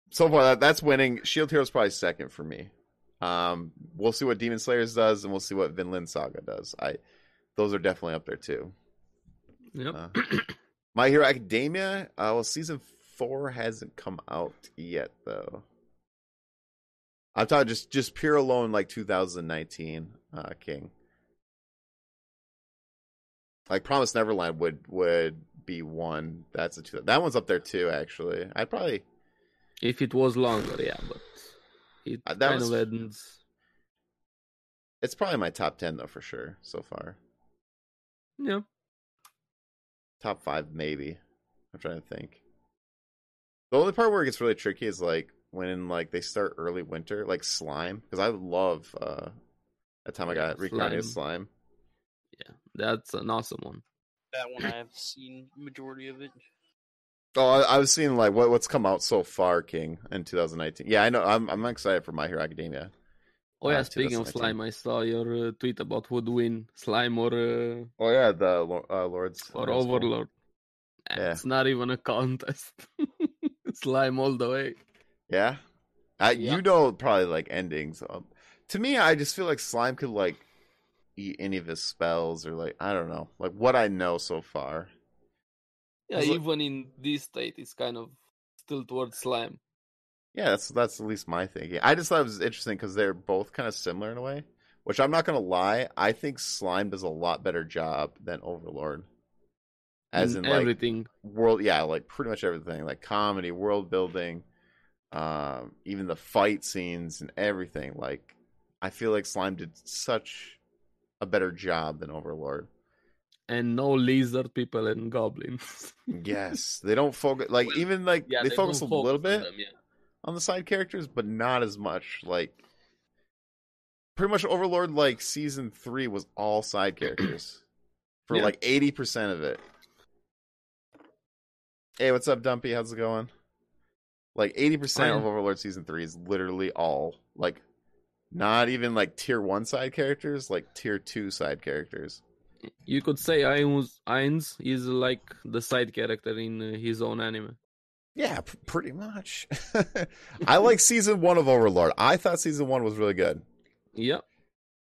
S1: So far, that, that's winning. Shield Hero's probably second for me. Um, we'll see what Demon Slayers does, and we'll see what Vinland Saga does. I those are definitely up there too.
S2: Yep.
S1: Uh, My Hero Academia. Uh, well, season four hasn't come out yet, though. I'm talking just just pure alone, like 2019 uh, King. Like Promise Neverland would would be one. That's a two. That one's up there too. Actually, I'd probably
S2: if it was longer, yeah, but it
S1: Uh, that
S2: kind
S1: was-
S2: of ends.
S1: it's probably my top ten though for sure so far.
S2: Yeah.
S1: top five maybe. I'm trying to think. The only part where it gets really tricky is like when like they start early winter, like slime. Because I love uh that time I
S2: Yeah,
S1: got reincarnated slime.
S2: That's an awesome one.
S3: That one I have seen majority of it.
S1: Oh, I, I was seeing like what what's come out so far, King, in 2019. Yeah, I know. I'm I'm excited for My Hero Academia.
S2: Oh
S1: Uh,
S2: yeah, speaking of
S1: 2019.
S2: slime, I saw your uh, tweet about who would win, slime or uh,
S1: Oh yeah, the Lo- uh, Lords
S2: or
S1: Lords Bowl.
S2: overlord. Eh,
S1: Yeah.
S2: It's not even a contest. slime all the way.
S1: Yeah, I,
S2: Yeah.
S1: you know probably like endings. Um, to me, I just feel like slime could like eat any of his spells or like I don't know, like what I know so far.
S2: Yeah,
S1: It's like-
S2: even in this state, it's kind of still towards slime.
S1: Yeah, that's that's at least my thinking. I just thought it was interesting because they're both kind of similar in a way. Which I'm not gonna lie, I think Slime does a lot better job than Overlord. As in, like
S2: Mm, everything.
S1: world, yeah, like pretty much everything, like comedy, world building, um, even the fight scenes and everything. Like, I feel like Slime did such a better job than Overlord.
S2: and no lizard people and goblins.
S1: Yes, they don't focus like
S2: Well,
S1: even like they,
S2: don't
S1: focus a little
S2: focus on
S1: bit.
S2: them, yeah.
S1: on the side characters, but not as much. Like pretty much Overlord like season three was all side characters. For
S2: Yeah.
S1: like eighty percent of it. Hey, what's up, Dumpy? How's it going? Like eighty percent of
S2: Fine.
S1: Overlord season three is literally all like not even like tier one side characters, like tier two side characters.
S2: You could say Ainz, Ainz is like the side character in uh, his own anime.
S1: Yeah, p- pretty much. I like season one of Overlord. I thought season one was really good.
S2: Yeah,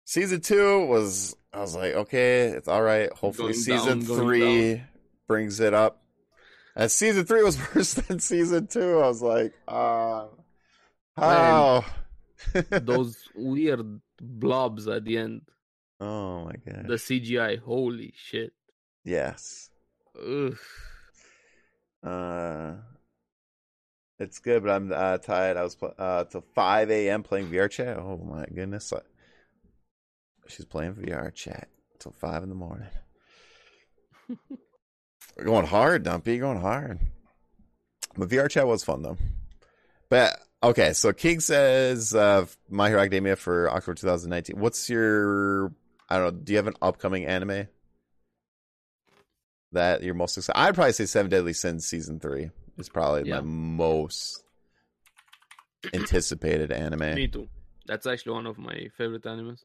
S1: season two was I was like, okay, it's all right. Hopefully,
S2: Going
S1: season
S2: down, going
S1: three brings it up. And season three was worse than season two. I was like, uh, how?
S2: those weird blobs at the end,
S1: oh my god!
S2: the CGI. Holy shit!
S1: yes,
S2: Ugh.
S1: uh, it's good, but I'm uh, tired. I was pl- uh till five a.m. playing VR chat. Oh my goodness! I- she's playing VR chat till five in the morning. We're going hard, Dumpy. Going hard. But VR chat was fun though. But okay, so King says uh, My Hero Academia for October 2019. What's your I don't know? Do you have an upcoming anime that you're most excited? I'd probably say Seven Deadly Sins season three is probably my
S2: Yeah.
S1: most anticipated anime.
S2: Me too. That's actually one of my favorite animes.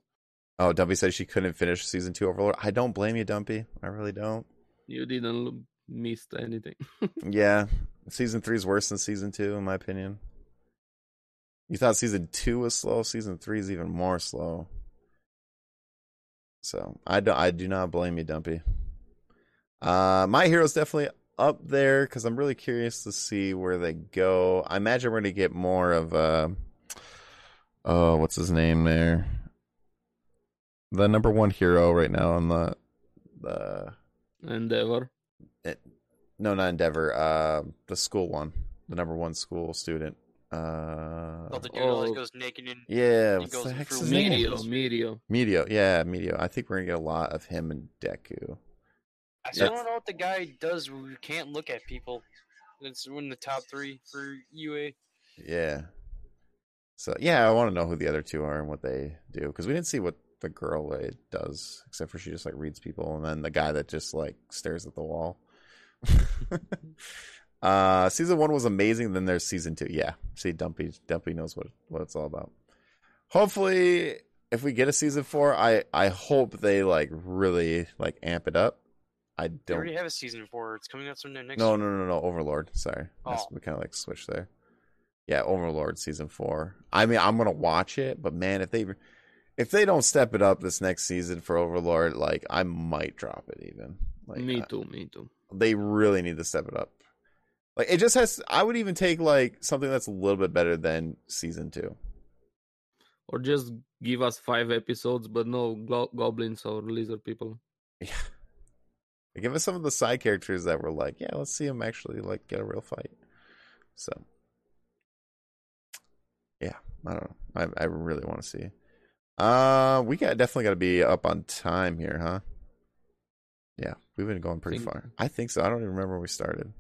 S1: Oh, Dumpy said she couldn't finish season two Overlord. I don't blame you, Dumpy. I really don't.
S2: You didn't l- miss anything.
S1: Yeah, season three is worse than season two, in my opinion. You thought season two was slow. Season three is even more slow. So I do, I do not blame you, Dumpy. Uh, my hero's definitely up there because I'm really curious to see where they go. I imagine we're gonna get more of uh, oh, what's his name there? The number one hero right now on the the
S2: Endeavor.
S1: no, not Endeavor. Uh, the school one, the number one school student. Uh,
S3: Oh, the dude always
S2: Oh.
S3: goes naked and
S1: yeah,
S3: he
S1: what's the
S3: goes
S1: heck's
S3: through
S1: his
S3: Meteor.
S1: name?
S2: Mirio. Mirio.
S1: Medio, yeah, Medio. I think we're gonna get a lot of him and Deku.
S3: I still
S2: Yes.
S3: don't know what the guy does where you can't look at people. It's in the top three for UA.
S1: Yeah. So yeah, I want to know who the other two are and what they do because we didn't see what the girl uh, does except for she just like reads people and then the guy that just like stares at the wall. uh, season one was amazing. Then there's season two. Yeah, see, Dumpy Dumpy knows what what it's all about. Hopefully, if we get a season four, I I hope they like really like amp it up. I
S3: They
S1: don't
S3: already have a season four. It's coming out sometime next.
S1: no, no, no, no. Overlord. Sorry, That's-
S3: Oh.
S1: we kind of like switched there. Yeah, Overlord season four. I mean, I'm gonna watch it, but man, if they if they don't step it up this next season for Overlord, like I might drop it even. Like
S2: me
S1: I-
S2: too, me too.
S1: they really need to step it up. Like it just has. I would even take like something that's a little bit better than season two.
S2: Or just give us five episodes, but no go- goblins or lizard people.
S1: Yeah. Like, Give us some of the side characters that were like, yeah, let's see them actually like get a real fight. So, yeah, I don't know. I I really want to see. Uh, we got definitely got to be up on time here, huh? Yeah, we've been going pretty
S2: Think-
S1: far. I think so. I don't even remember where we started.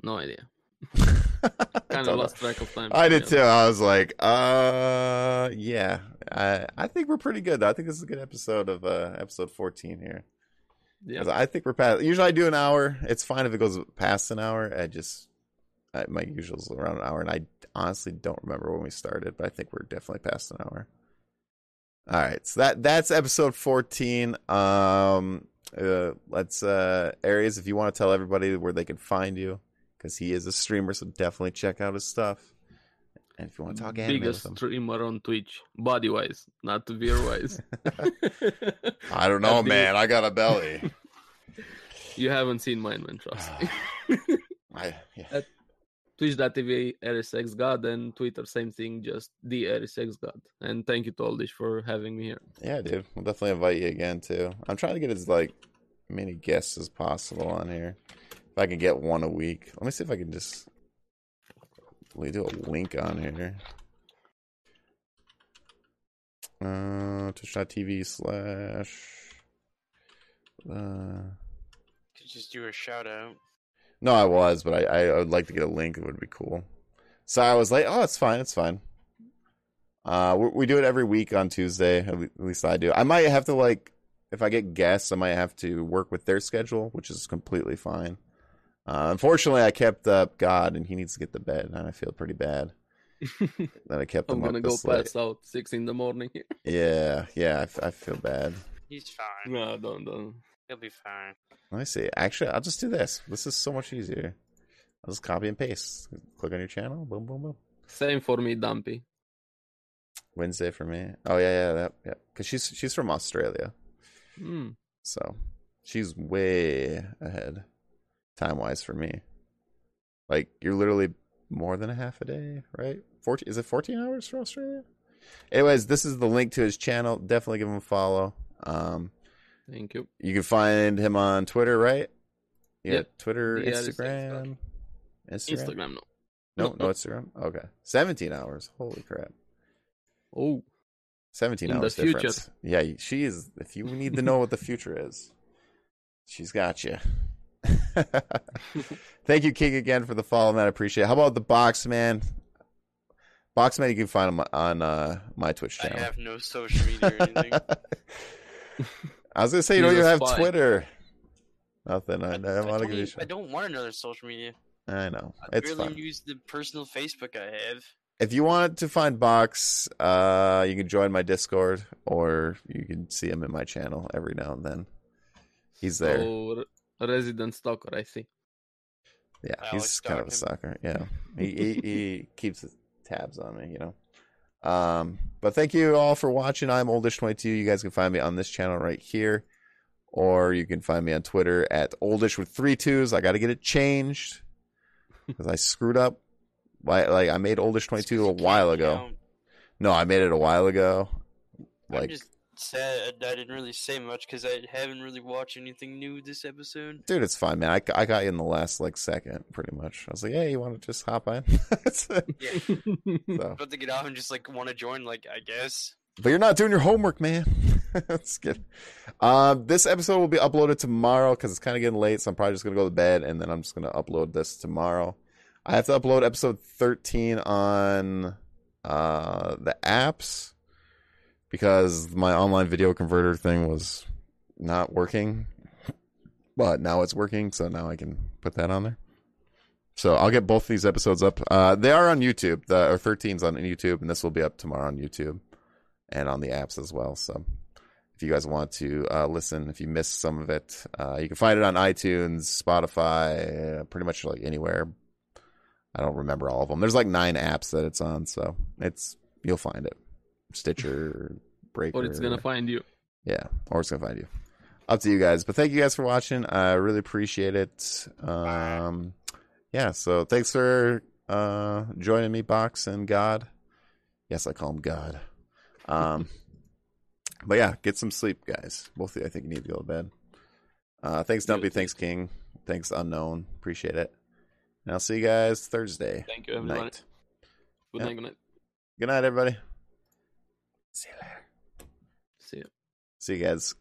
S2: No idea.
S1: I
S2: Kind
S1: don't
S2: of
S1: know.
S2: lost track of time.
S1: I
S2: to be
S1: did too. I was like, uh, yeah. I I think we're pretty good. I think this is a good episode of uh episode fourteen here.
S2: honest.
S1: 'Cause
S2: Yeah.
S1: I think we're past. Usually, I do an hour. It's fine if it goes past an hour. I just I, my usual's around an hour, and I honestly don't remember when we started, but I think we're definitely past an hour. All right, so that that's episode fourteen. Um, uh, let's uh, Aries, if you want to tell everybody where they can find you, because he is a streamer, so definitely check out his stuff. And if you want to talk anime with
S2: Biggest
S1: him,
S2: streamer on Twitch, body wise, not beer wise.
S1: I don't know,
S2: That'd be-
S1: man. I got a belly.
S2: you haven't seen mine, man. Trust me.
S1: I, yeah.
S2: Twitch.tv RSX God and Twitter, same thing, just the RSX God. And thank you to all this for having me here.
S1: Yeah, dude. We'll definitely invite you again too. I'm trying to get as like many guests as possible on here. If I can get one a week. Let me see if I can just let me do a link on here. Uh twitch.tv slash uh
S3: Could just do a shout out.
S1: no, I was, but I, I would like to get a link. It would be cool. So I was like, oh, it's fine, it's fine. Uh, we, we do it every week on Tuesday. At le- at least I do. I might have to like, if I get guests, I might have to work with their schedule, which is completely fine. Uh, unfortunately, I kept up God, and he needs to get to bed, and I feel pretty bad that I kept
S2: I'm
S1: him up
S2: gonna go
S1: this late.
S2: pass out six in the morning here.
S1: Yeah, yeah, I f- I feel bad.
S3: He's fine.
S2: No, don't, don't.
S3: He'll be fine.
S1: Let me see. Actually, I'll just do this. This is so much easier. I'll just copy and paste. Click on your channel. Boom, boom, boom.
S2: Same for me, Dumpy.
S1: Wednesday for me. Oh yeah, yeah, that yeah. Cause she's she's from Australia,
S2: Hmm.
S1: so she's way ahead time wise for me. Like you're literally more than a half a day, right? Fourteen is it fourteen hours for Australia? Anyways, this is the link to his channel. Definitely give him a follow. Um,
S2: Thank you.
S1: you can find him on Twitter, right? Yeah,
S2: Yep.
S1: Twitter,
S2: Yeah, it's- it's
S1: Instagram, Instagram.
S2: Instagram, no.
S1: No, no Instagram. Okay, seventeen hours. Holy crap.
S2: Oh,
S1: 17
S2: In the
S1: hours
S2: future.
S1: difference. Yeah, she is. If you need to know what the future is, she's got you. Thank you, King, again for the follow, man. I appreciate it. How about the box man? Box man, you can find him on uh, my Twitch
S3: I
S1: channel.
S3: have no social media or anything.
S1: I was gonna say you don't
S2: He's a
S1: even have
S2: spy.
S1: Twitter. Nothing. I,
S3: I,
S1: I,
S3: I
S1: don't want to
S3: don't
S1: give you.
S3: need- I
S1: shit.
S3: don't want another social media.
S1: I know
S3: I
S1: it's
S3: barely
S1: fun.
S3: use the personal Facebook I have.
S1: if you want to find Box, uh, you can join my Discord, or you can see him in my channel every now and then. He's there.
S3: Oh,
S2: So, oh, re- resident stalker, I see.
S1: Yeah,
S3: I
S1: he's
S3: always
S1: kind of a
S3: stalk
S1: sucker. Yeah, he, he he keeps his tabs on me, you know. Um, but thank you all for watching. I'm oldish22. You guys can find me on this channel right here, or you can find me on Twitter at oldish with three twos. I got to get it changed because I screwed up. Why? Like I made
S3: It's 'cause
S1: oldish22
S3: you
S1: a
S3: can't
S1: while ago.
S3: count.
S1: No, I made it a while ago.
S3: I'm
S1: Like,
S3: just sad I didn't really say much because I haven't really watched anything new this episode.
S1: dude, it's fine, man. I, I got you in the last like second, pretty much. I was like, hey, you want to just hop on?
S3: Yeah,
S1: so.
S3: about to get off and just like want to join. Like I guess
S1: but you're not doing your homework, man. That's good. Uh, this episode will be uploaded tomorrow because it's kind of getting late, so I'm probably just gonna go to bed and then I'm just gonna upload this tomorrow. I have to upload episode 13 on uh, the apps because my online video converter thing was not working, but now it's working, so now I can put that on there. So I'll get both these episodes up. Uh, they are on YouTube. The or 13's on YouTube, and this will be up tomorrow on YouTube and on the apps as well. So if you guys want to uh, listen, if you missed some of it, uh, you can find it on iTunes, Spotify, uh, pretty much like anywhere. I don't remember all of them. There's like nine apps that it's on, so it's you'll find it. Stitcher, Breaker,
S2: or it's gonna find you.
S1: yeah, or it's gonna find you. Up to you guys. But thank you guys for watching. I really appreciate it. Um, yeah. So thanks for uh joining me, Box and God. Yes, I call him God. Um, but yeah, get some sleep, guys. Both of you, I think, need to go to bed. Uh, thanks,
S2: Yeah,
S1: Dumpy.
S2: thanks.
S1: Thanks, King. Thanks, Unknown. Appreciate it. And I'll see you guys Thursday
S2: Thank you, everybody.
S1: night.
S2: Good
S1: Yeah.
S2: night, good night.
S1: Good night, everybody. See you later.
S2: See you.
S1: See you guys.